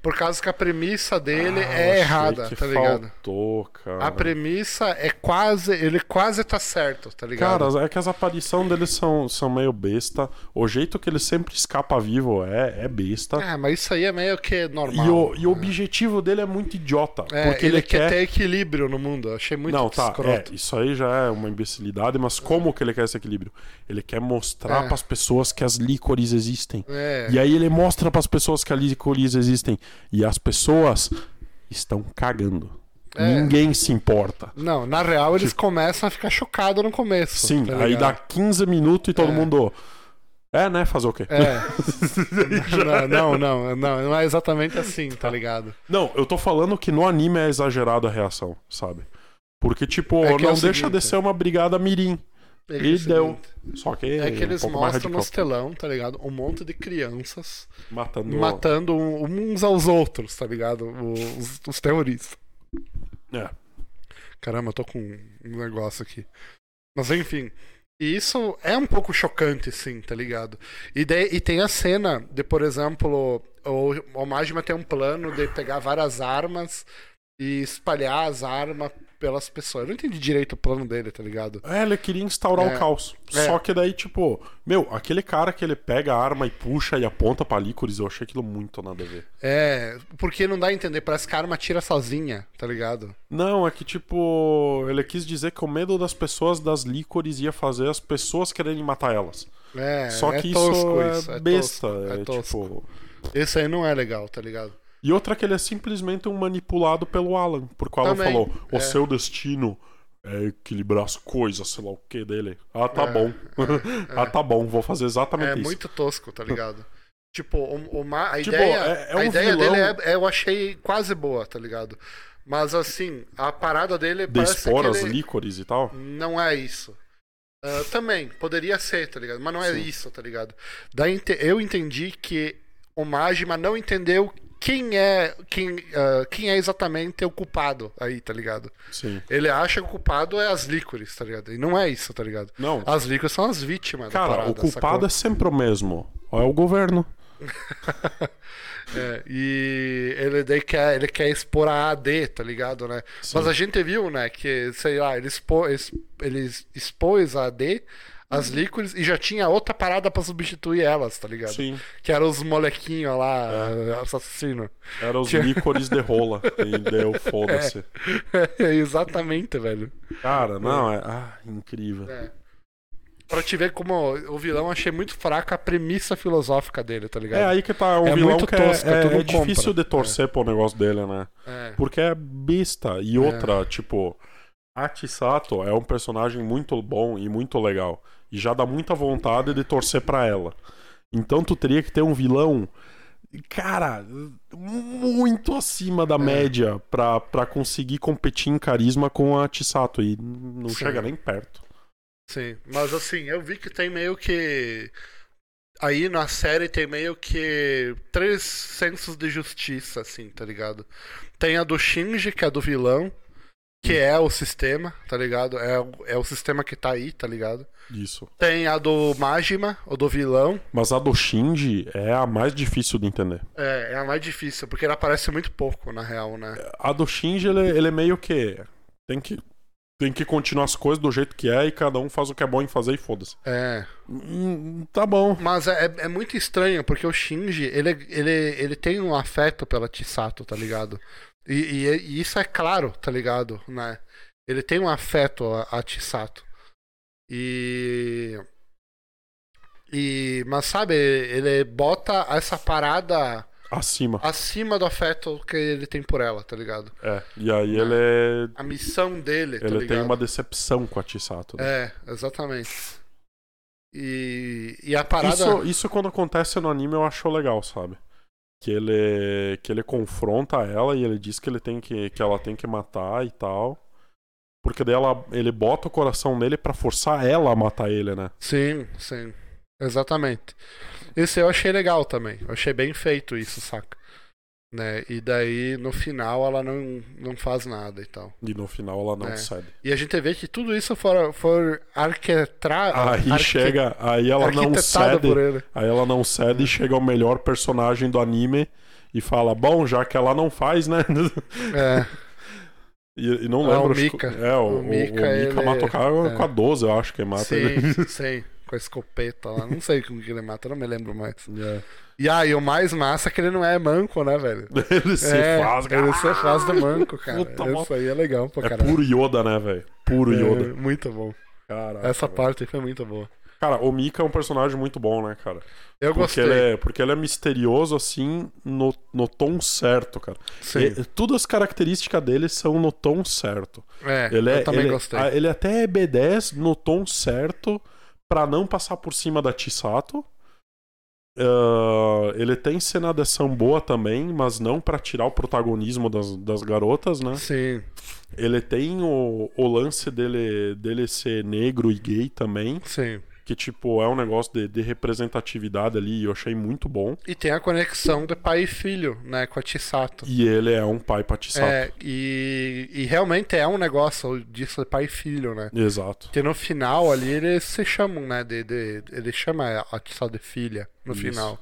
A: Por causa que a premissa dele
B: Ah, eu
A: é
B: achei
A: errada,
B: que
A: tá ligado?
B: Faltou, cara.
A: A premissa é quase. Ele quase tá certo, tá ligado?
B: Cara, é que as aparições deles são, são meio besta. O jeito que ele sempre escapa vivo é, é besta.
A: É, mas isso aí é meio que normal.
B: E o, e o
A: né?
B: objetivo dele é muito idiota.
A: É,
B: porque
A: ele,
B: ele,
A: quer ter equilíbrio no mundo. Eu achei muito
B: não, tá, é,
A: escroto.
B: isso aí já é uma imbecilidade, mas como que ele quer esse equilíbrio? Ele quer mostrar
A: É.
B: pras pessoas que as lícores existem.
A: É.
B: E aí ele mostra pras pessoas que as lícores existem e as pessoas estão cagando.
A: É.
B: Ninguém se importa.
A: Não, na real eles começam a ficar chocados no começo.
B: Tipo- Sim,
A: tá
B: aí dá
A: ligado?
B: 15 minutos e todo
A: É.
B: mundo É, né, fazer o quê? (laughs)
A: É. não, não, não, não, não é exatamente assim, tá ligado?
B: Não, eu tô falando que no anime é exagerada a reação, sabe? Porque, tipo,
A: É que é
B: não
A: o
B: deixa
A: seguinte.
B: de ser uma brigada mirim.
A: É que
B: E
A: é o seguinte,
B: deu. Só que
A: É que eles
B: um pouco mais
A: mostram nos
B: radical.
A: telão, tá ligado? Um monte de crianças
B: matando.
A: matando um- uns aos outros, tá ligado? Os, os terroristas.
B: É.
A: Caramba, eu tô com um negócio aqui. Mas enfim. E isso é um pouco chocante, sim, tá ligado? E, daí- e tem a cena de, por exemplo, o, o Majima tem um plano de pegar várias armas e espalhar as armas pelas pessoas. Eu não entendi direito o plano dele, tá ligado?
B: É, ele queria instaurar
A: É.
B: o caos.
A: É.
B: Só que daí, tipo, meu, aquele cara que ele pega a arma e puxa e aponta pra líquores, eu achei aquilo muito nada a ver.
A: É, porque não dá a entender, parece que a arma tira sozinha, tá ligado?
B: Não, é que, tipo, ele quis dizer que o medo das pessoas das líquores ia fazer as pessoas quererem matar elas.
A: É,
B: Só
A: é
B: que
A: tosco
B: isso, é besta.
A: tosco,
B: é,
A: tosco.
B: tipo.
A: Esse aí não é legal, tá ligado?
B: E outra que ele é simplesmente um manipulado pelo Alan, porque o Alan
A: Também,
B: falou: o
A: é.
B: seu destino é equilibrar as coisas, sei lá o que dele. Ah, tá
A: É,
B: bom. (laughs) ah, tá bom, vou fazer exatamente
A: É
B: isso.
A: muito tosco, tá ligado? Tipo, o, o Ma- a
B: Tipo,
A: ideia,
B: é- é
A: a
B: um
A: ideia
B: vilão-
A: dele é, é- eu achei quase boa, tá ligado? Mas assim, a parada dele
B: De
A: parece que
B: esporas,
A: ele-
B: líquores e tal.
A: não é isso. Ah, também, poderia ser, tá ligado? Mas não é
B: Sim.
A: isso, tá ligado? Daí ente- eu entendi que o Majima não entendeu quem é quem, ah, quem é exatamente o culpado aí, tá ligado?
B: Sim.
A: Ele acha que o culpado é as líquores, tá ligado? E não é isso, tá ligado?
B: Não.
A: As líquores são as vítimas da
B: Cara,
A: parada,
B: o culpado é sempre o mesmo. É o governo.
A: (laughs) É, e ele, daí quer, ele quer expor a AD, tá ligado, né?
B: Sim.
A: Mas a gente viu, né, que, sei lá, ele, expo, ex- ele expôs a AD, as
B: Uhum.
A: líquores, e já tinha outra parada pra substituir elas, tá ligado?
B: Sim. É.
A: Que eram os molequinhos lá, assassino.
B: Era os
A: Que-
B: líquores de rola. (laughs)
A: (laughs)
B: E deu, foda-se.
A: É, Exatamente, velho.
B: Cara, não, é. Ah, incrível.
A: É. Pra te ver como o vilão achei muito fraca a premissa filosófica dele, tá ligado?
B: É aí que tá. O
A: É
B: vilão
A: muito
B: que
A: tosca,
B: é,
A: tu não
B: é, é difícil
A: compra.
B: de torcer pro negócio dele, né?
A: É.
B: Porque é besta. E outra, tipo, a Chisato é um personagem muito bom e muito legal. E já dá muita vontade de torcer pra ela. Então tu teria que ter um vilão, cara, muito acima da média pra, pra conseguir competir em carisma com a Chisato. E não
A: Sim.
B: chega nem perto.
A: Sim, mas assim, eu vi que tem meio que. Aí na série tem meio que três sensos de justiça, assim, tá ligado? Tem a do Shinji, que é do vilão, que é o sistema, tá ligado? É, o- é o sistema que tá aí, tá ligado?
B: Isso.
A: Tem a do Majima, o do vilão,
B: Mas a do Shinji é a mais difícil de entender.
A: é, é a mais difícil, porque ele aparece muito pouco, na real, né?
B: A do Shinji, ele, ele é meio que tem, que. tem que continuar as coisas do jeito que é e cada um faz o que é bom em fazer e foda-se.
A: É.
B: Hum, tá bom.
A: Mas é, é- é muito estranho, porque o Shinji, ele, ele, ele tem um afeto pela Chisato, tá ligado? E, e- e isso é claro, tá ligado? Né? Ele tem um afeto a, a Chisato. E. E. Mas sabe, ele bota essa parada
B: Acima.
A: acima do afeto que ele tem por ela, tá ligado?
B: É. E aí ele é-
A: A missão dele, tá
B: Ele
A: ligado?
B: tem uma decepção com a Chisato. né?
A: É, exatamente. E, e a parada.
B: Isso, isso quando acontece no anime eu acho legal, sabe? Que ele. Que ele confronta ela e ele diz que ele tem que. que ela tem que matar e tal. Porque daí ela, ele bota o coração nele pra forçar ela a matar ele, né?
A: Sim, sim. Exatamente. Isso eu achei legal também. Eu achei bem feito isso, saca? Né? E daí, no final, ela não, não faz nada e tal.
B: E no final ela não
A: É.
B: cede.
A: E a gente vê que tudo isso for, for arquetra...
B: Aí
A: arque-
B: chega, aí ela não
A: arquitetado
B: cede.
A: por ele. Hum.
B: Aí ela não cede e chega o melhor personagem do anime e fala: Bom, já que ela não faz, né? (laughs)
A: É,
B: E, e não
A: Ah,
B: lembro.
A: o
B: acho que-
A: Mika.
B: É, o,
A: O
B: o- o
A: Mika,
B: Mika,
A: ele-
B: mata o cara
A: é.
B: com a 12, eu acho que mata ele.
A: sim, (laughs) sim. Com a escopeta lá. Não sei como que ele mata, eu não me lembro mais.
B: É.
A: E aí, o mais massa é que ele não é manco, né, velho?
B: (laughs) Ele se
A: é,
B: faz, cara.
A: Ele se faz do
B: (laughs)
A: manco, cara.
B: Puta, mó-
A: Isso aí é legal pra
B: É
A: caralho.
B: puro Yoda, né, velho? Puro Yoda.
A: É, muito bom.
B: Caraca,
A: Essa
B: velho.
A: parte aí foi muito boa.
B: Cara, o Mika é um personagem muito bom, né, cara?
A: Eu
B: Porque
A: gostei.
B: ele, é, porque ele é misterioso, assim, no, no tom certo, cara.
A: Sim.
B: E- todas as características dele são no tom certo.
A: É,
B: Ele é,
A: eu também
B: ele,
A: gostei.
B: a- ele até é B10 no tom certo pra não passar por cima da Chisato. Ah, ele tem cena de ação boa também, mas não pra tirar o protagonismo das, das garotas, né?
A: Sim,
B: Ele tem o, o lance dele, dele ser negro e gay também,
A: sim.
B: que tipo é um negócio de, de representatividade ali e eu achei muito bom.
A: E tem a conexão de pai e filho, né, com a Chisato.
B: E ele é um pai pra Chisato.
A: É, e, e realmente é um negócio disso de pai e filho, né?
B: Exato.
A: Porque no final ali eles se chamam, né? De, de- ele chama a Chisato de filha no
B: Isso.
A: final.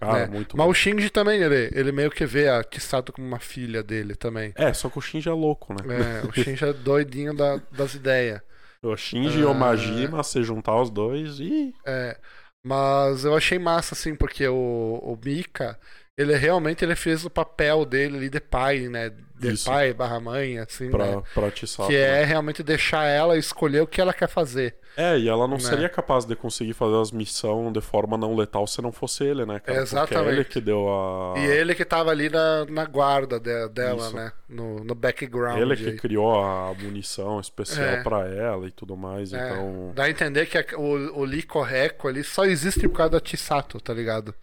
B: Cara,
A: É,
B: muito
A: Mas
B: bom.
A: o Shinji também, ele, ele meio que vê a Kisato como uma filha dele também.
B: É, só que o Shinji é louco, né? (laughs)
A: É, o Shinji é doidinho da- das ideias.
B: O Shinji e
A: Ah.
B: o Majima, se juntar os dois e.
A: É, mas eu achei massa, assim, porque o, o Mika, ele realmente ele fez o papel dele ali de pai, né? De
B: Isso.
A: pai barra mãe, assim, né?
B: Pra, pra te salvar.
A: Que é realmente deixar ela escolher o que ela quer fazer.
B: É, e ela não
A: Né?
B: seria capaz de conseguir fazer as missões de forma não letal se não fosse ele, né, cara?
A: Exatamente.
B: Porque é ele que deu a.
A: E ele que tava ali na, na guarda de- dela,
B: Isso.
A: né? No, no background.
B: Ele que
A: aí.
B: criou a munição especial
A: É.
B: pra ela e tudo mais,
A: É,
B: então.
A: Dá a entender que a- o, o Lee Correco ali só existe por causa da Chisato, tá ligado?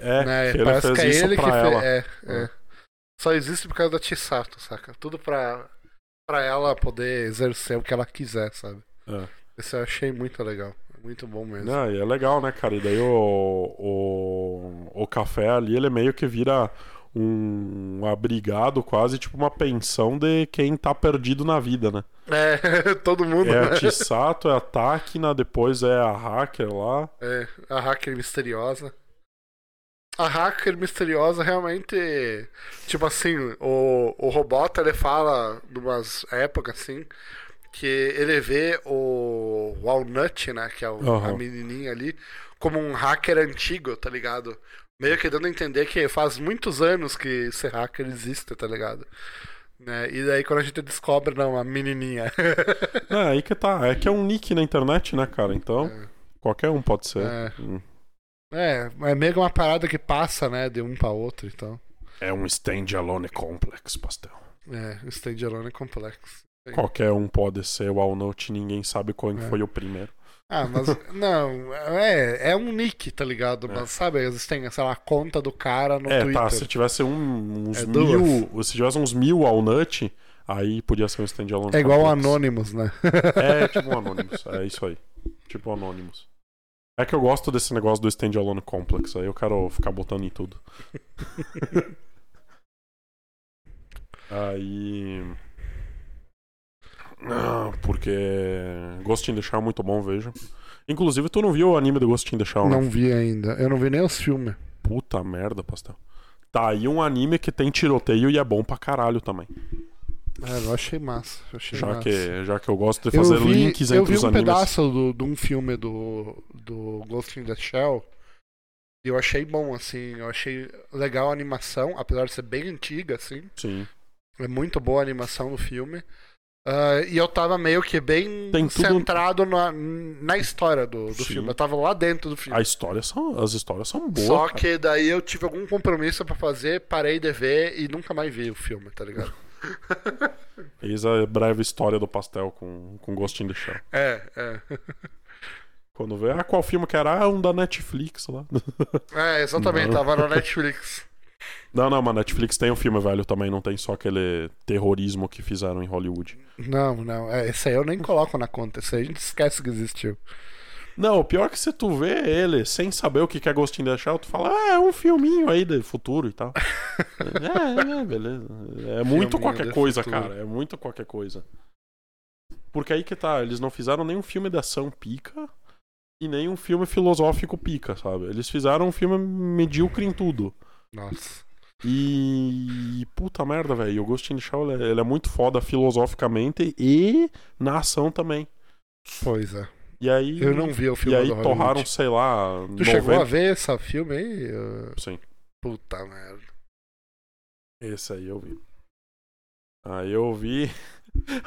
B: É,
A: né?
B: que ele
A: Parece
B: fez
A: que é
B: isso
A: ele que
B: pra
A: fe-
B: ela.
A: É, é. Só existe por causa da Chisato, saca? Tudo pra, pra ela poder exercer o que ela quiser, sabe?
B: É.
A: Isso eu achei muito legal. Muito bom mesmo.
B: Não, e é legal, né, cara? E daí o, o, o café ali, ele meio que vira um abrigado, quase tipo uma pensão de quem tá perdido na vida, né?
A: É, (laughs) todo mundo.
B: É
A: né?
B: a Tissato, é a Takina, depois é a hacker lá.
A: É, a hacker misteriosa. A hacker misteriosa realmente. Tipo assim, o, o Robota ele fala de umas épocas assim. Que ele vê o Walnut, né? Que é o- a
B: Aham.
A: menininha ali. Como um hacker antigo, tá ligado? Meio que dando a entender que faz muitos anos que esse hacker existe, tá ligado? Né? E daí quando a gente descobre, não, a menininha. (laughs)
B: É, aí que tá. É que é um nick na internet, né, cara? Então, qualquer um pode ser.
A: É.
B: Hum.
A: É, é meio que uma parada que passa, né? De um pra outro e tal.
B: É um standalone complex, pastel.
A: É, o standalone é complexo.
B: Qualquer um pode ser o Alnote, ninguém sabe quem
A: É.
B: foi o primeiro.
A: Ah, mas.
B: (laughs)
A: não, é, é um nick, tá ligado?
B: É.
A: Mas sabe, às vezes tem, sei lá, a conta do cara no
B: é,
A: Twitter.
B: tá, se tivesse um- uns
A: É
B: mil. Se tivesse uns mil Alnut, aí podia ser um standalone
A: É igual o
B: complex.
A: Anonymous, né?
B: É tipo um Anonymous, é isso aí. Tipo um Anonymous. É que eu gosto desse negócio do standalone complex, aí eu quero ficar botando
A: (laughs)
B: em tudo. Aí. Ah, porque Ghost in the Shell é muito bom, vejo. Inclusive, tu não viu o anime do Ghost in the Shell,
A: (laughs)
B: né?
A: Não vi ainda. Eu não vi nem os filmes.
B: Puta merda, pastel. Tá aí um anime que tem tiroteio e é bom pra caralho também.
A: É, eu achei massa. Eu achei
B: Já
A: massa.
B: que, já que eu gosto de
A: eu
B: fazer
A: vi,
B: links
A: eu
B: entre
A: vi
B: os
A: um
B: animes.
A: pedaço do- de um filme do, do Ghost in the Shell. E eu achei bom, assim. Eu achei legal a animação, apesar de ser bem antiga, assim.
B: Sim.
A: É muito boa a animação no filme. Ah, e eu tava meio que bem
B: Tem tudo-
A: centrado na, na história do, do
B: Sim.
A: filme. Eu tava lá dentro do filme.
B: A história são, as histórias são boas.
A: Só
B: cara.
A: que daí eu tive algum compromisso pra fazer, parei de ver e nunca mais vi o filme, tá
B: (laughs)
A: ligado?
B: Eis a breve história do pastel com, com Ghost in the Shell.
A: É, é.
B: Quando vê, ah, qual filme que era? Ah, um da Netflix lá. (laughs)
A: É, exatamente,
B: Não.
A: tava na Netflix.
B: Não, não, mas Netflix tem um filme velho também, não tem só aquele terrorismo que fizeram em Hollywood.
A: Não, não. É, esse aí eu nem coloco na conta. Esse aí a gente esquece que existiu.
B: Não, o pior é que se tu vê ele sem saber o que que é Ghost in the Shell, tu fala, ah, é um filminho aí de futuro e
A: (laughs)
B: tal. é, é, beleza. É muito
A: Filminho
B: qualquer
A: de
B: coisa,
A: futuro.
B: cara. É muito qualquer coisa. Porque aí que tá, eles não fizeram nenhum filme de ação pica e nem um filme filosófico pica, sabe? Eles fizeram um filme medíocre em tudo.
A: Nossa.
B: E. Puta merda, velho. O Ghost in the Shell ele é- ele é muito foda filosoficamente e na ação também.
A: Pois é.
B: E aí.
A: Eu não vi o
B: E
A: filme
B: aí
A: do Hollywood.
B: torraram, sei lá,
A: Tu
B: 90...
A: chegou a ver esse filme aí? Eu-
B: Sim,
A: Puta merda. (laughs)
B: esse aí eu vi. Aí eu vi... (laughs)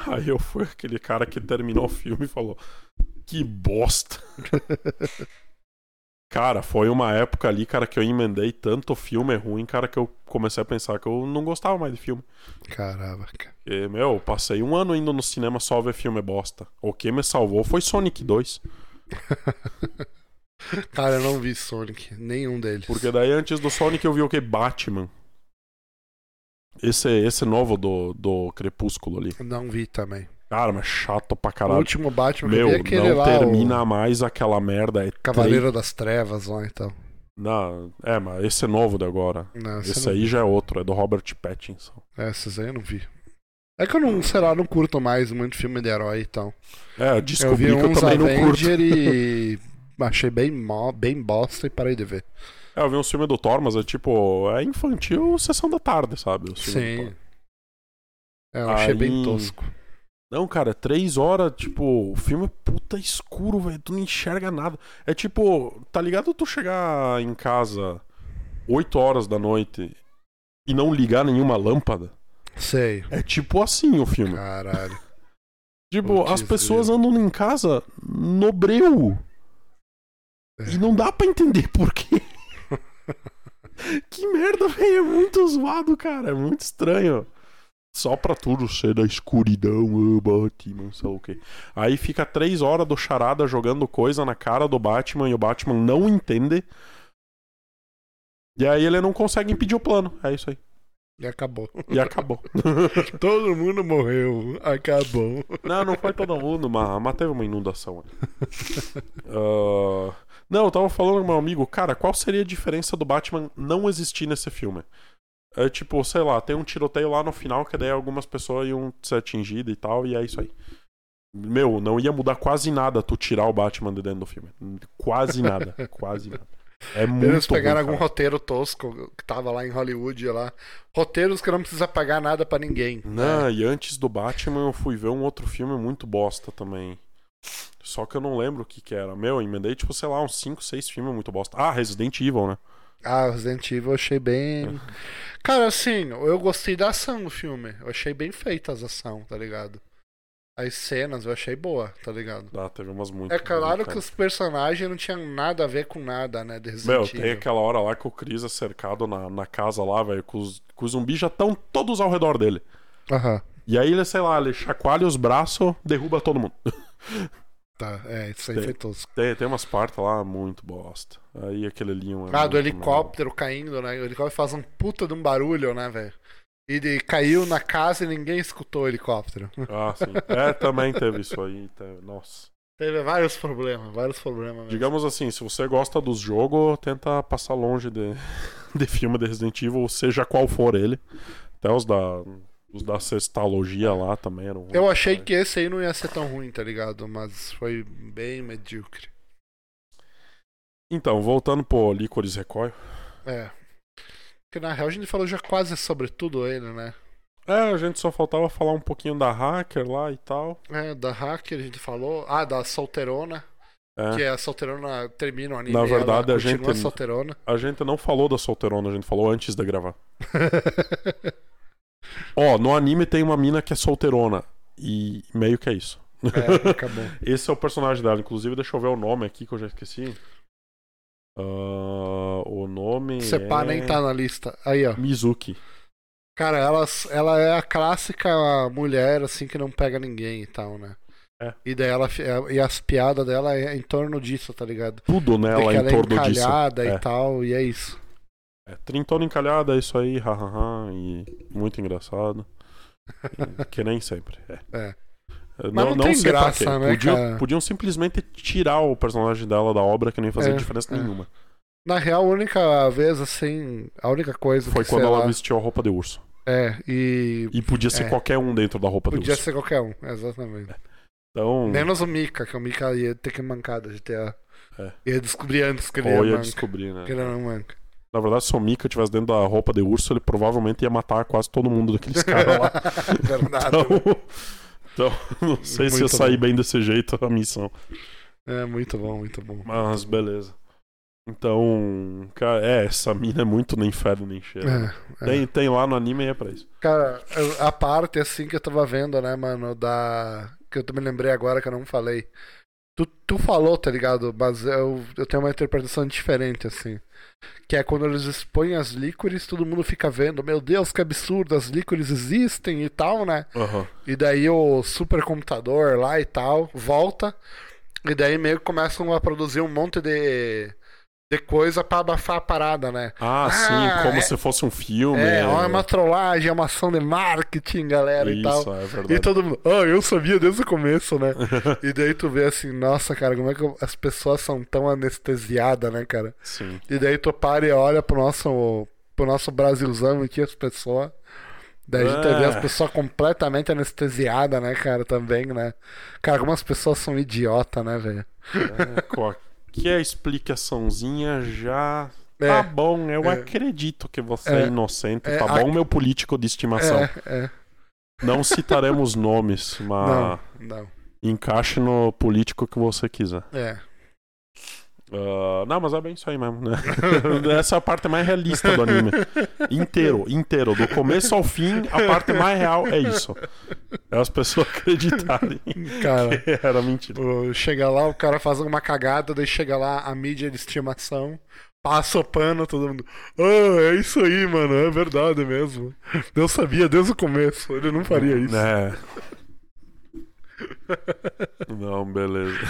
B: Aí eu fui aquele cara que terminou o filme e falou Que bosta! Cara, foi uma época ali, cara, que eu emendei tanto filme ruim, cara, que eu comecei a pensar que eu não gostava mais de filme.
A: Caraca.
B: E, meu, eu passei um ano indo no cinema só ver filme bosta. O que me salvou foi Sonic 2.
A: (laughs) Cara, eu não vi Sonic, nenhum deles.
B: Porque daí antes do Sonic eu vi o que? Batman. Esse, esse novo do, do Crepúsculo ali.
A: Não vi também.
B: Cara, mas chato pra
A: O
B: caralho.
A: último Batman que eu
B: Meu,
A: vi é aquele
B: não
A: lá,
B: termina mais aquela merda. É
A: o Cavaleiro das Trevas lá, então.
B: Três... Não, é, mas esse novo de agora.
A: Não, esse
B: Esse
A: eu não-
B: aí já é outro, é do Robert Pattinson.
A: É, esses aí eu não vi. É que eu não, sei lá, não curto mais muito filme de herói e tal.
B: É, eu
A: Eu
B: descobri
A: vi um
B: que eu
A: uns
B: também não curto.
A: Avenger e (laughs) achei bem, mó, bem bosta e parei de ver.
B: É, eu vi um filme do Thor, mas é tipo, é infantil sessão da tarde, sabe? os filmes do Thor.
A: Sim. É, eu achei
B: Aí-
A: bem tosco.
B: Não, cara, é três horas, tipo, o filme é puta escuro, velho. Tu não enxerga nada. É tipo, tá ligado tu chegar em casa 8 horas da noite e não ligar nenhuma lâmpada?
A: Sei.
B: É tipo assim o filme.
A: Caralho.
B: Tipo,
A: Putz,
B: as pessoas andam em casa no breu.
A: É.
B: E não dá pra entender por quê. que merda, velho. É muito zoado, cara. É muito estranho. Só pra tudo ser da escuridão, ah, Batman, sei lá o quê. Aí fica três horas do charada jogando coisa na cara do Batman e o Batman não entende. E aí ele não consegue impedir o plano. É isso aí.
A: E acabou. (laughs)
B: E acabou.
A: Todo mundo morreu. Acabou.
B: Não, não foi todo mundo, mas, mas teve uma inundação. ali. Ah, não, eu tava falando com meu amigo, cara, qual seria a diferença do Batman não existir nesse filme? É tipo, sei lá, tem um tiroteio lá no final que daí algumas pessoas iam ser atingidas e tal, e é isso aí. Meu, não ia mudar quase nada tu tirar o Batman de dentro do filme. Quase nada, quase nada. É muito
A: Eles pegaram
B: ruim,
A: algum
B: cara.
A: roteiro tosco que tava lá em Hollywood, lá. Roteiros que não precisa pagar nada pra ninguém. É.
B: Não, e antes do Batman eu fui ver um outro filme muito bosta também. Só que eu não lembro o que que era. Meu, emendei tipo, sei lá, uns 5, 6 filmes muito bosta. Ah, Resident Evil, né?
A: Ah, Resident Evil eu achei
B: (laughs)
A: bem. Cara, assim, eu gostei da ação do filme. Eu achei bem feita as ação, tá ligado? As cenas eu achei boa, tá ligado?
B: Ah, teve umas muito.
A: É claro
B: boas,
A: que
B: cara.
A: os personagens não tinham nada a ver com nada, né? De Resident
B: Meu, tem
A: Evil.
B: aquela hora lá que o Chris é cercado na, na casa lá, velho, que os, que os zumbis já estão todos ao redor dele.
A: Aham.
B: E aí ele, sei lá, ele chacoalha os braços, derruba todo mundo. (laughs)
A: Tá, é, isso aí
B: Tem.
A: foi tosco.
B: Tem, tem umas partes lá muito bosta. Aí aquele linho. é
A: Ah, do
B: muito
A: helicóptero caindo, né? O helicóptero faz um puta de um barulho, né, velho? E de- caiu na casa e ninguém escutou o helicóptero.
B: merda. Ah, sim. É, também teve isso aí. teve- Nossa.
A: (laughs) Teve vários problemas, vários problemas mesmo.
B: Digamos assim, se você gosta dos jogos, tenta passar longe de, (laughs) de filme de Resident Evil, seja qual for ele. Até os da, os da sextalogia lá também eram.
A: Eu achei que esse aí não ia ser tão ruim, tá ligado? Mas foi bem medíocre.
B: Então, voltando pro Licorice Recoil.
A: É. Porque na real a gente falou já quase sobre tudo ele, né?
B: É, a gente só faltava falar um pouquinho da hacker lá e tal.
A: É, da hacker a gente falou. Ah, da solteirona.
B: É.
A: Que a solteirona termina o anime.
B: Na verdade,
A: ela
B: a gente-
A: continua
B: (laughs)
A: solteirona.
B: A gente não falou da solteirona, a gente falou antes de gravar.
A: É,
B: Ó, no anime tem uma mina que é solteirona. E meio que é isso.
A: é, acabou.
B: Esse é o personagem dela. Inclusive, deixa eu ver o nome aqui que eu já esqueci. Ah, o nome.
A: Você
B: é...
A: pá nem tá na lista. Aí, ó.
B: Mizuki.
A: Cara, ela, ela é a clássica mulher, assim, que não pega ninguém e tal, né?
B: É.
A: E daí ela. fi- E as piadas dela é em torno disso, tá ligado?
B: Tudo
A: De
B: nela
A: que
B: em
A: ela é
B: torno disso.
A: encalhada
B: É.
A: e tal, e é isso.
B: É, trintona encalhada, é isso aí, hahaha. E
A: (laughs)
B: muito engraçado. E que nem sempre. É.
A: É.
B: Eu
A: Mas não tem
B: sei pra
A: graça,
B: quê.
A: né,
B: Podiam,
A: cara?
B: podiam simplesmente tirar o personagem dela da obra que nem fazia
A: É,
B: diferença
A: é.
B: nenhuma.
A: Na real, a única vez, assim, a única coisa
B: Foi
A: que
B: quando
A: sei
B: ela
A: lá,
B: vestiu a roupa de urso.
A: É, e
B: E podia ser
A: É.
B: qualquer um dentro da roupa de
A: podia
B: urso.
A: ser qualquer um, exatamente.
B: Então,
A: Menos o Mika, que o Mika ia ter que mancar da GTA.
B: É.
A: Ia descobrir antes que ele
B: ou
A: ia
B: ia
A: manca,
B: descobrir, né?
A: que ele não manca.
B: Na verdade, se o Mika tivesse dentro da roupa de urso, ele provavelmente ia matar quase todo mundo daqueles caras lá.
A: (laughs) Verdade.
B: Então, então, não sei se ia
A: Muito
B: sair
A: bom.
B: bem desse jeito a missão.
A: É, muito bom, muito bom.
B: Mas beleza. Então, cara, é, essa mina é muito nem fede nem cheiro.
A: É, é.
B: Tem, tem lá no anime e é pra isso.
A: Cara, eu- a parte assim que eu tava vendo, né, mano, da. Que eu me lembrei agora que eu não falei. Tu, tu falou, tá ligado? Mas eu, eu tenho uma interpretação diferente, assim. Que é quando eles expõem as líquores, todo mundo fica vendo, meu Deus, que absurdo, as líquores existem e tal, né?
B: Aham.
A: E daí o supercomputador lá e tal volta. E daí meio que começam a produzir um monte de, de coisa pra abafar a parada, né?
B: Ah, sim, como
A: é-
B: se fosse um filme.
A: É, ó, é uma trollagem, é uma ação de marketing, galera,
B: Isso,
A: e tal.
B: é verdade.
A: E todo mundo, ah, eu sabia desde o começo,
B: (laughs)
A: né? e daí tu vê assim, nossa, cara, como é que eu- as pessoas são tão anestesiadas, né, cara?
B: Sim.
A: E daí tu para e olha pro nosso, pro nosso Brasilzão aqui, as pessoas. Daí a gente
B: Ah.
A: vê as pessoas completamente anestesiadas, né, cara, também, né? Cara, algumas pessoas são idiota, né, velho?
B: É, com a que a explicaçãozinha já.
A: É,
B: Tá bom, eu
A: é.
B: acredito que você
A: É.
B: é inocente.
A: É,
B: tá
A: a-
B: bom, meu político de estimação.
A: é, é.
B: Não citaremos nomes, mas
A: Não, não.
B: encaixe no político que você quiser.
A: É.
B: Ah, não, mas é bem isso aí mesmo,
A: (laughs)
B: né? Essa é a parte mais realista do anime. Inteiro, inteiro. Do começo ao fim, a parte mais real é isso. É as pessoas
A: (laughs)
B: (laughs) acreditarem
A: Cara,
B: que era mentira.
A: o- Tipo, chega lá, o cara faz uma cagada, daí chega lá a mídia de estimação, passa o pano, todo mundo. Oh, é isso aí, mano, é verdade mesmo. Deus sabia desde o começo, ele não faria isso.
B: É. Não,
A: (laughs)
B: beleza.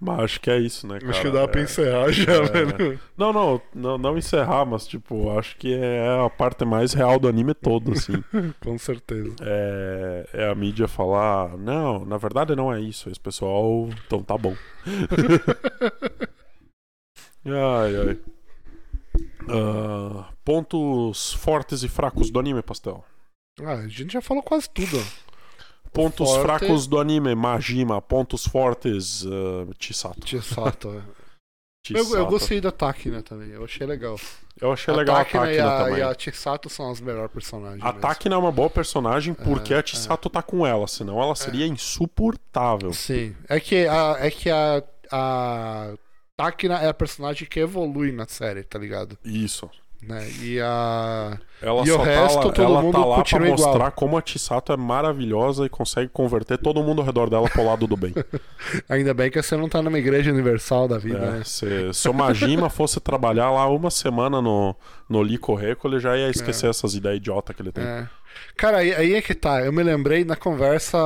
B: Mas acho que é isso, né, cara?
A: Acho que dá pra
B: É.
A: encerrar já,
B: É.
A: velho.
B: Não, não, não, não encerrar, mas tipo, acho que é a parte mais real do anime todo,
A: (laughs)
B: assim.
A: Com certeza.
B: É, é a mídia falar, não, na verdade não é isso, esse pessoal, então tá
A: (laughs)
B: bom. ai, ai. Ah, pontos fortes e fracos do anime, Pastel.
A: Ah, a gente já falou quase tudo.
B: Pontos
A: Forte.
B: fracos do anime, Majima. Pontos fortes, uh, Chisato.
A: Tia Sato. é.
B: (laughs)
A: Eu,
B: Chisato.
A: eu gostei do ataque, né, também. Eu achei legal.
B: Eu achei legal o
A: Ataque, né,
B: Ataque
A: e
B: né,
A: a,
B: também.
A: E a Chisato são as melhores personagens. mesmo.
B: Ataque não é uma boa personagem porque
A: É,
B: a Chisato tá com ela, senão ela seria insuportável.
A: Sim. É que a, é que a, a Takina é a personagem que evolui na série, tá ligado?
B: Isso.
A: Né? E a.
B: Ela
A: E
B: só
A: o resto,
B: tá lá,
A: todo
B: ela
A: mundo
B: tá lá pra
A: continua igual.
B: mostrar como a Chisato é maravilhosa e consegue converter todo mundo ao redor dela pro lado do bem.
A: Ainda bem que você não tá numa igreja universal da (laughs) vida, né?
B: É, se, se o Majima fosse trabalhar lá uma semana no, no Lico Reco, ele já ia esquecer essas ideias idiotas que ele tem.
A: É. Cara, aí, aí é que tá. Eu me lembrei na conversa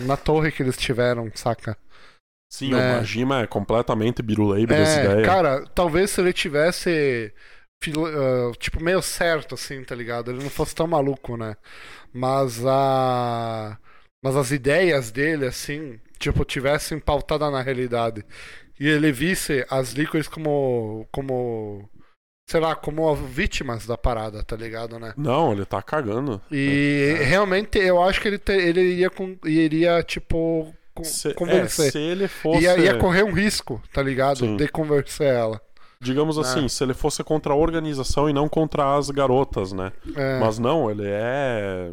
A: na torre que eles tiveram, saca?
B: Sim,
A: Né?
B: o Majima é completamente biruleibe dessa
A: É,
B: ideia.
A: cara, talvez se ele tivesse. filo- ah, tipo, meio certo, assim, tá ligado? Ele não fosse tão maluco, né? Mas a. Mas as ideias dele, assim, tipo, tivessem pautada na realidade. E ele visse as líquidas como. como. sei lá, como vítimas da parada, tá ligado, né?
B: Não, ele tá cagando. É.
A: E realmente eu acho que ele, te- ele iria, com- iria tipo, con-
B: Se, é,
A: convencer.
B: se ele fosse.
A: Ia, ia correr um risco, tá ligado?
B: Sim.
A: De convencer ela.
B: Digamos
A: É.
B: assim, se ele fosse contra a organização e não contra as garotas, né?
A: É,
B: Mas não, ele é.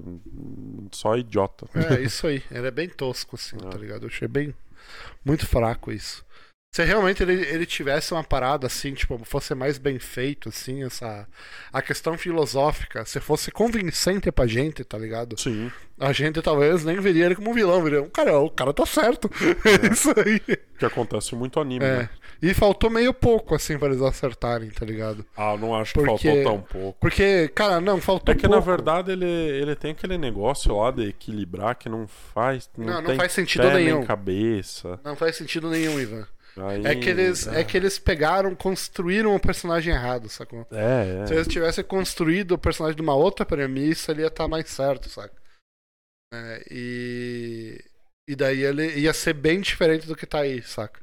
B: só idiota.
A: é isso aí. Ele é bem tosco, assim,
B: É.
A: tá ligado? Eu achei bem. Muito fraco isso. Se realmente ele, ele tivesse uma parada assim, tipo, fosse mais bem feito, assim, essa. A questão filosófica, se fosse convincente pra gente, tá ligado?
B: Sim.
A: A gente talvez nem veria ele como vilão, veria. Cara, o cara tá certo. (laughs) É isso aí.
B: Que acontece muito anime,
A: É.
B: né?
A: E faltou meio pouco, assim, pra eles acertarem, tá ligado?
B: Ah, não acho
A: Porque-
B: que faltou tão pouco.
A: Porque, cara, não, faltou
B: É que na
A: pouco.
B: verdade ele, ele tem aquele negócio lá de equilibrar que não faz. Não,
A: Não, não
B: tem
A: faz sentido
B: pé nem
A: nenhum.
B: cabeça.
A: Não faz sentido nenhum, Ivan.
B: Aí-
A: É que eles, é que eles pegaram, construíram o personagem errado, sacou?
B: É,
A: Se
B: é.
A: eles tivessem construído o personagem de uma outra premissa, ele ia estar mais certo, saca? É, e. E daí ele ia ser bem diferente do que tá aí, saca?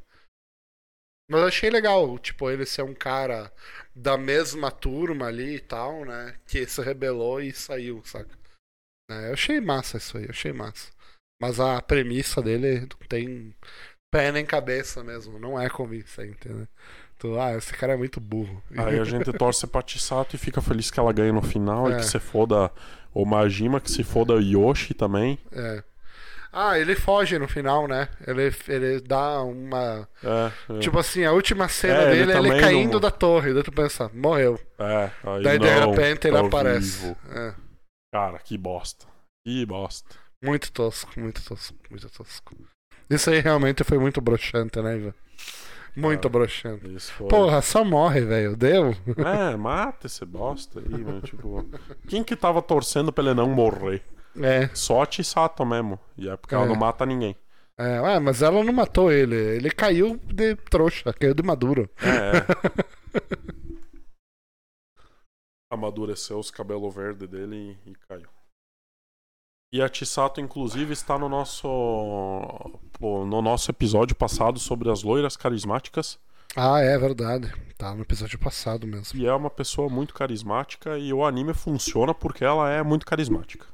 A: Mas eu achei legal, tipo, ele ser um cara da mesma turma ali e tal, né? Que se rebelou e saiu, saca? É, eu achei massa isso aí, eu achei massa. Mas a premissa dele não tem pé nem cabeça mesmo, não é convincente, né? Tu, ah, esse cara é muito burro.
B: Aí a gente torce pra Tisato e fica feliz que ela ganha no final
A: É.
B: e que se foda o Majima, que se foda o Yoshi também.
A: É. Ah, ele foge no final, né? Ele, ele dá uma.
B: É, é.
A: Tipo assim, a última cena
B: É, ele
A: dele é ele
B: também
A: caindo
B: não-
A: da torre. Daí tu pensa, morreu.
B: É, aí
A: Daí de
B: não,
A: repente ele
B: tá
A: aparece.
B: vivo.
A: É.
B: Cara, que bosta. Que bosta.
A: Muito tosco, muito tosco, muito tosco. Isso aí realmente foi muito broxante, né, Ivan? Muito
B: Cara.
A: broxante.
B: Isso Ah, foi.
A: Porra, só morre, velho. Deu?
B: É, mata esse bosta aí, mano. Tipo, quem que tava torcendo pra ele não morrer?
A: (laughs) É.
B: Só a Chisato mesmo. E é porque ela
A: É.
B: não mata ninguém.
A: é. Ué, mas ela não matou ele. Ele caiu de trouxa, caiu de maduro.
B: É. (laughs) Amadureceu os cabelos verdes dele e, e caiu. E a Chisato, inclusive, está no nosso pô, no nosso episódio passado sobre as loiras carismáticas.
A: (laughs) Ah, é verdade. Tá no episódio passado mesmo.
B: E é uma pessoa muito carismática e o anime funciona porque ela é muito carismática.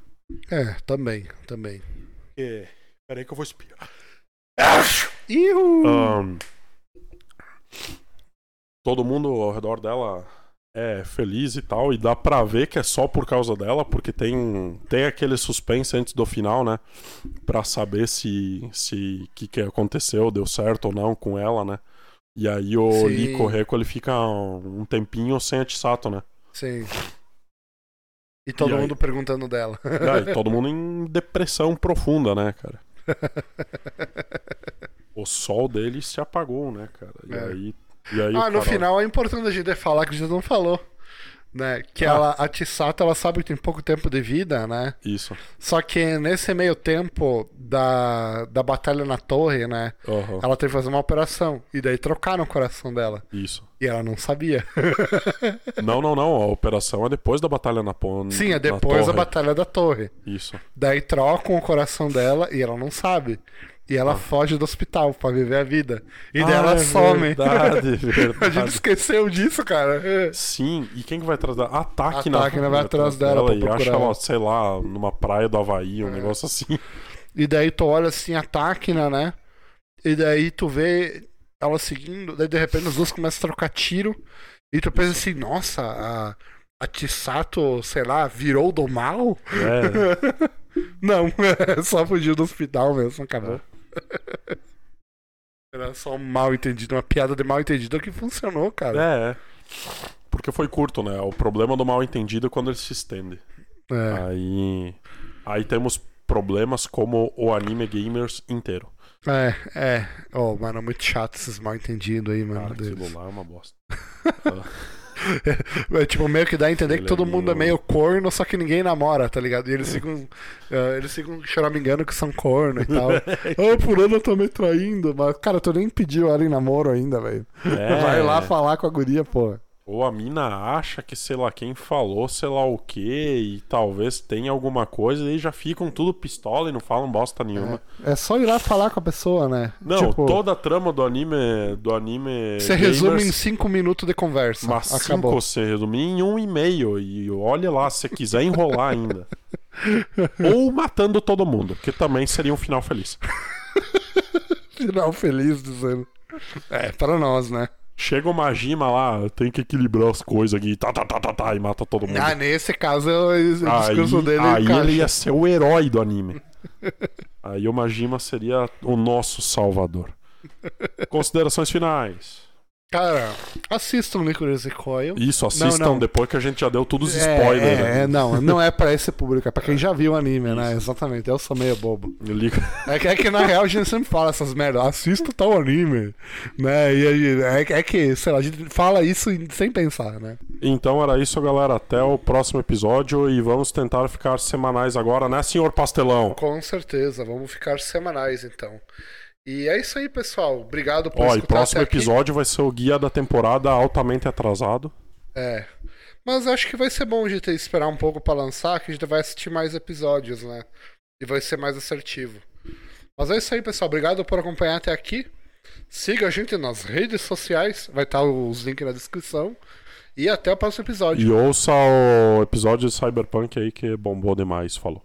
A: É, também, também.
B: É. Peraí que eu vou espiar.
A: Ihu!
B: Ahn, todo mundo ao redor dela é feliz e tal, e dá pra ver que é só por causa dela, porque tem, um, tem aquele suspense antes do final, né? Pra saber se o se, que, que aconteceu, deu certo ou não com ela, né? E aí o
A: Sim.
B: Lee Correco ele fica um, um tempinho sem a Tisato, né?
A: Sim. E todo
B: E aí?
A: mundo perguntando dela.
B: E
A: (laughs)
B: aí, todo mundo em depressão profunda, né, cara? O sol dele se apagou, né, cara? E
A: É.
B: aí. E aí o
A: ah, no
B: cara-
A: final é importante a gente falar que a gente não falou. Né? Que
B: Ah.
A: ela, a Tissato, ela sabe que tem pouco tempo de vida, né?
B: Isso.
A: Só que nesse meio tempo da, da batalha na torre, né?
B: Aham.
A: Ela teve que fazer uma operação. E daí trocaram o coração dela.
B: Isso.
A: E ela não sabia.
B: Não, não, não. A operação é depois da batalha na
A: (laughs)
B: ponte.
A: Sim, é depois da batalha da torre.
B: Isso.
A: Daí trocam o coração dela e ela não sabe. E ela foge do hospital pra viver a vida. E daí
B: Ah,
A: ela
B: é
A: some.
B: Verdade,
A: (laughs) a gente
B: verdade.
A: esqueceu disso, cara.
B: Sim, e quem que vai atrás dela? Ataque na
A: Ataque, né? Vai atrás dela pra
B: e
A: procurar É.
B: acha
A: ela.
B: ela, sei lá, numa praia do Havaí, um negócio assim.
A: E daí tu olha assim, a Táquina, né? E daí tu vê ela seguindo, daí de repente os dois começam a trocar tiro. E tu pensa assim, nossa, a, a Tissato, sei lá, virou do mal?
B: É.
A: Não, (laughs) só fugiu do hospital mesmo, acabou.
B: É.
A: (laughs) Era só um mal entendido, uma piada de mal entendido que funcionou, cara.
B: É, é. Porque foi curto, né? O problema do mal entendido é quando ele se estende.
A: É.
B: Aí. Aí temos problemas como o anime gamers inteiro.
A: É, é. Oh, mano, é muito chato esses mal entendidos aí, mano.
B: Cara,
A: deles.
B: aquilo lá é uma bosta.
A: É, tipo, meio que dá a entender que
B: Ele
A: todo
B: é
A: mundo é
B: meio- É.
A: meio corno, só que ninguém namora, tá ligado? E eles ficam. eh, eles ficam choramingando que são corno e
B: (laughs)
A: tal.
B: É.
A: Ah, por ano eu tô me traindo, mas, cara, tu nem pediu ela em namoro ainda, velho.
B: É.
A: Vai lá falar com a guria, pô.
B: Ou a mina acha que sei lá quem falou, sei lá o que, e talvez tenha alguma coisa, e aí já ficam tudo pistola e não falam bosta nenhuma.
A: É só ir lá falar com a pessoa, né?
B: Não,
A: Tipo,
B: toda a trama do anime. Do anime.
A: Você resume em
B: É, gamers,
A: 5 minutos de conversa.
B: mas
A: Acabou.
B: (laughs) cinco, você resume em um e meio. E olha lá, se você quiser
A: (laughs)
B: enrolar ainda. Ou matando todo mundo, que também seria um final feliz.
A: Final feliz dizendo. É, para nós, né?
B: Chega uma Gima lá, tem que equilibrar as coisas aqui, tá, tá, tá, tá, tá, e mata todo mundo.
A: Ah, nesse caso, eu- o discurso
B: aí
A: dele é
B: aí
A: encaixa.
B: ele ia ser o herói do anime. aí o Majima seria o nosso salvador. Considerações finais.
A: Cara, assistam Licorice Coil.
B: Isso, assistam
A: não.
B: depois que a gente já deu todos os
A: É,
B: spoilers.
A: É,
B: né?
A: é, não, não é pra esse público, é pra quem já viu o anime, né? Exatamente, eu sou meio bobo.
B: Eu ligo-
A: É que, é que, na real a gente sempre fala essas merdas, assista tal anime, né? E aí, é, que- é que, sei lá, a gente fala isso em- sem pensar, né?
B: Então era isso, galera. Até o próximo episódio e vamos tentar ficar semanais agora, né, senhor Pastelão?
A: Com certeza, vamos ficar semanais então. E é isso aí, pessoal. Obrigado por
B: Ó, e
A: escutar
B: próximo
A: até aqui.
B: episódio vai ser o guia da temporada altamente atrasado.
A: É. Mas acho que vai ser bom a gente esperar um pouco pra lançar, que a gente vai assistir mais episódios, né? E vai ser mais assertivo. Mas é isso aí, pessoal. Obrigado por acompanhar até aqui. Siga a gente nas redes sociais, vai estar os links na descrição. E até o próximo episódio.
B: E ouça o episódio de Cyberpunk aí que bombou demais, falou.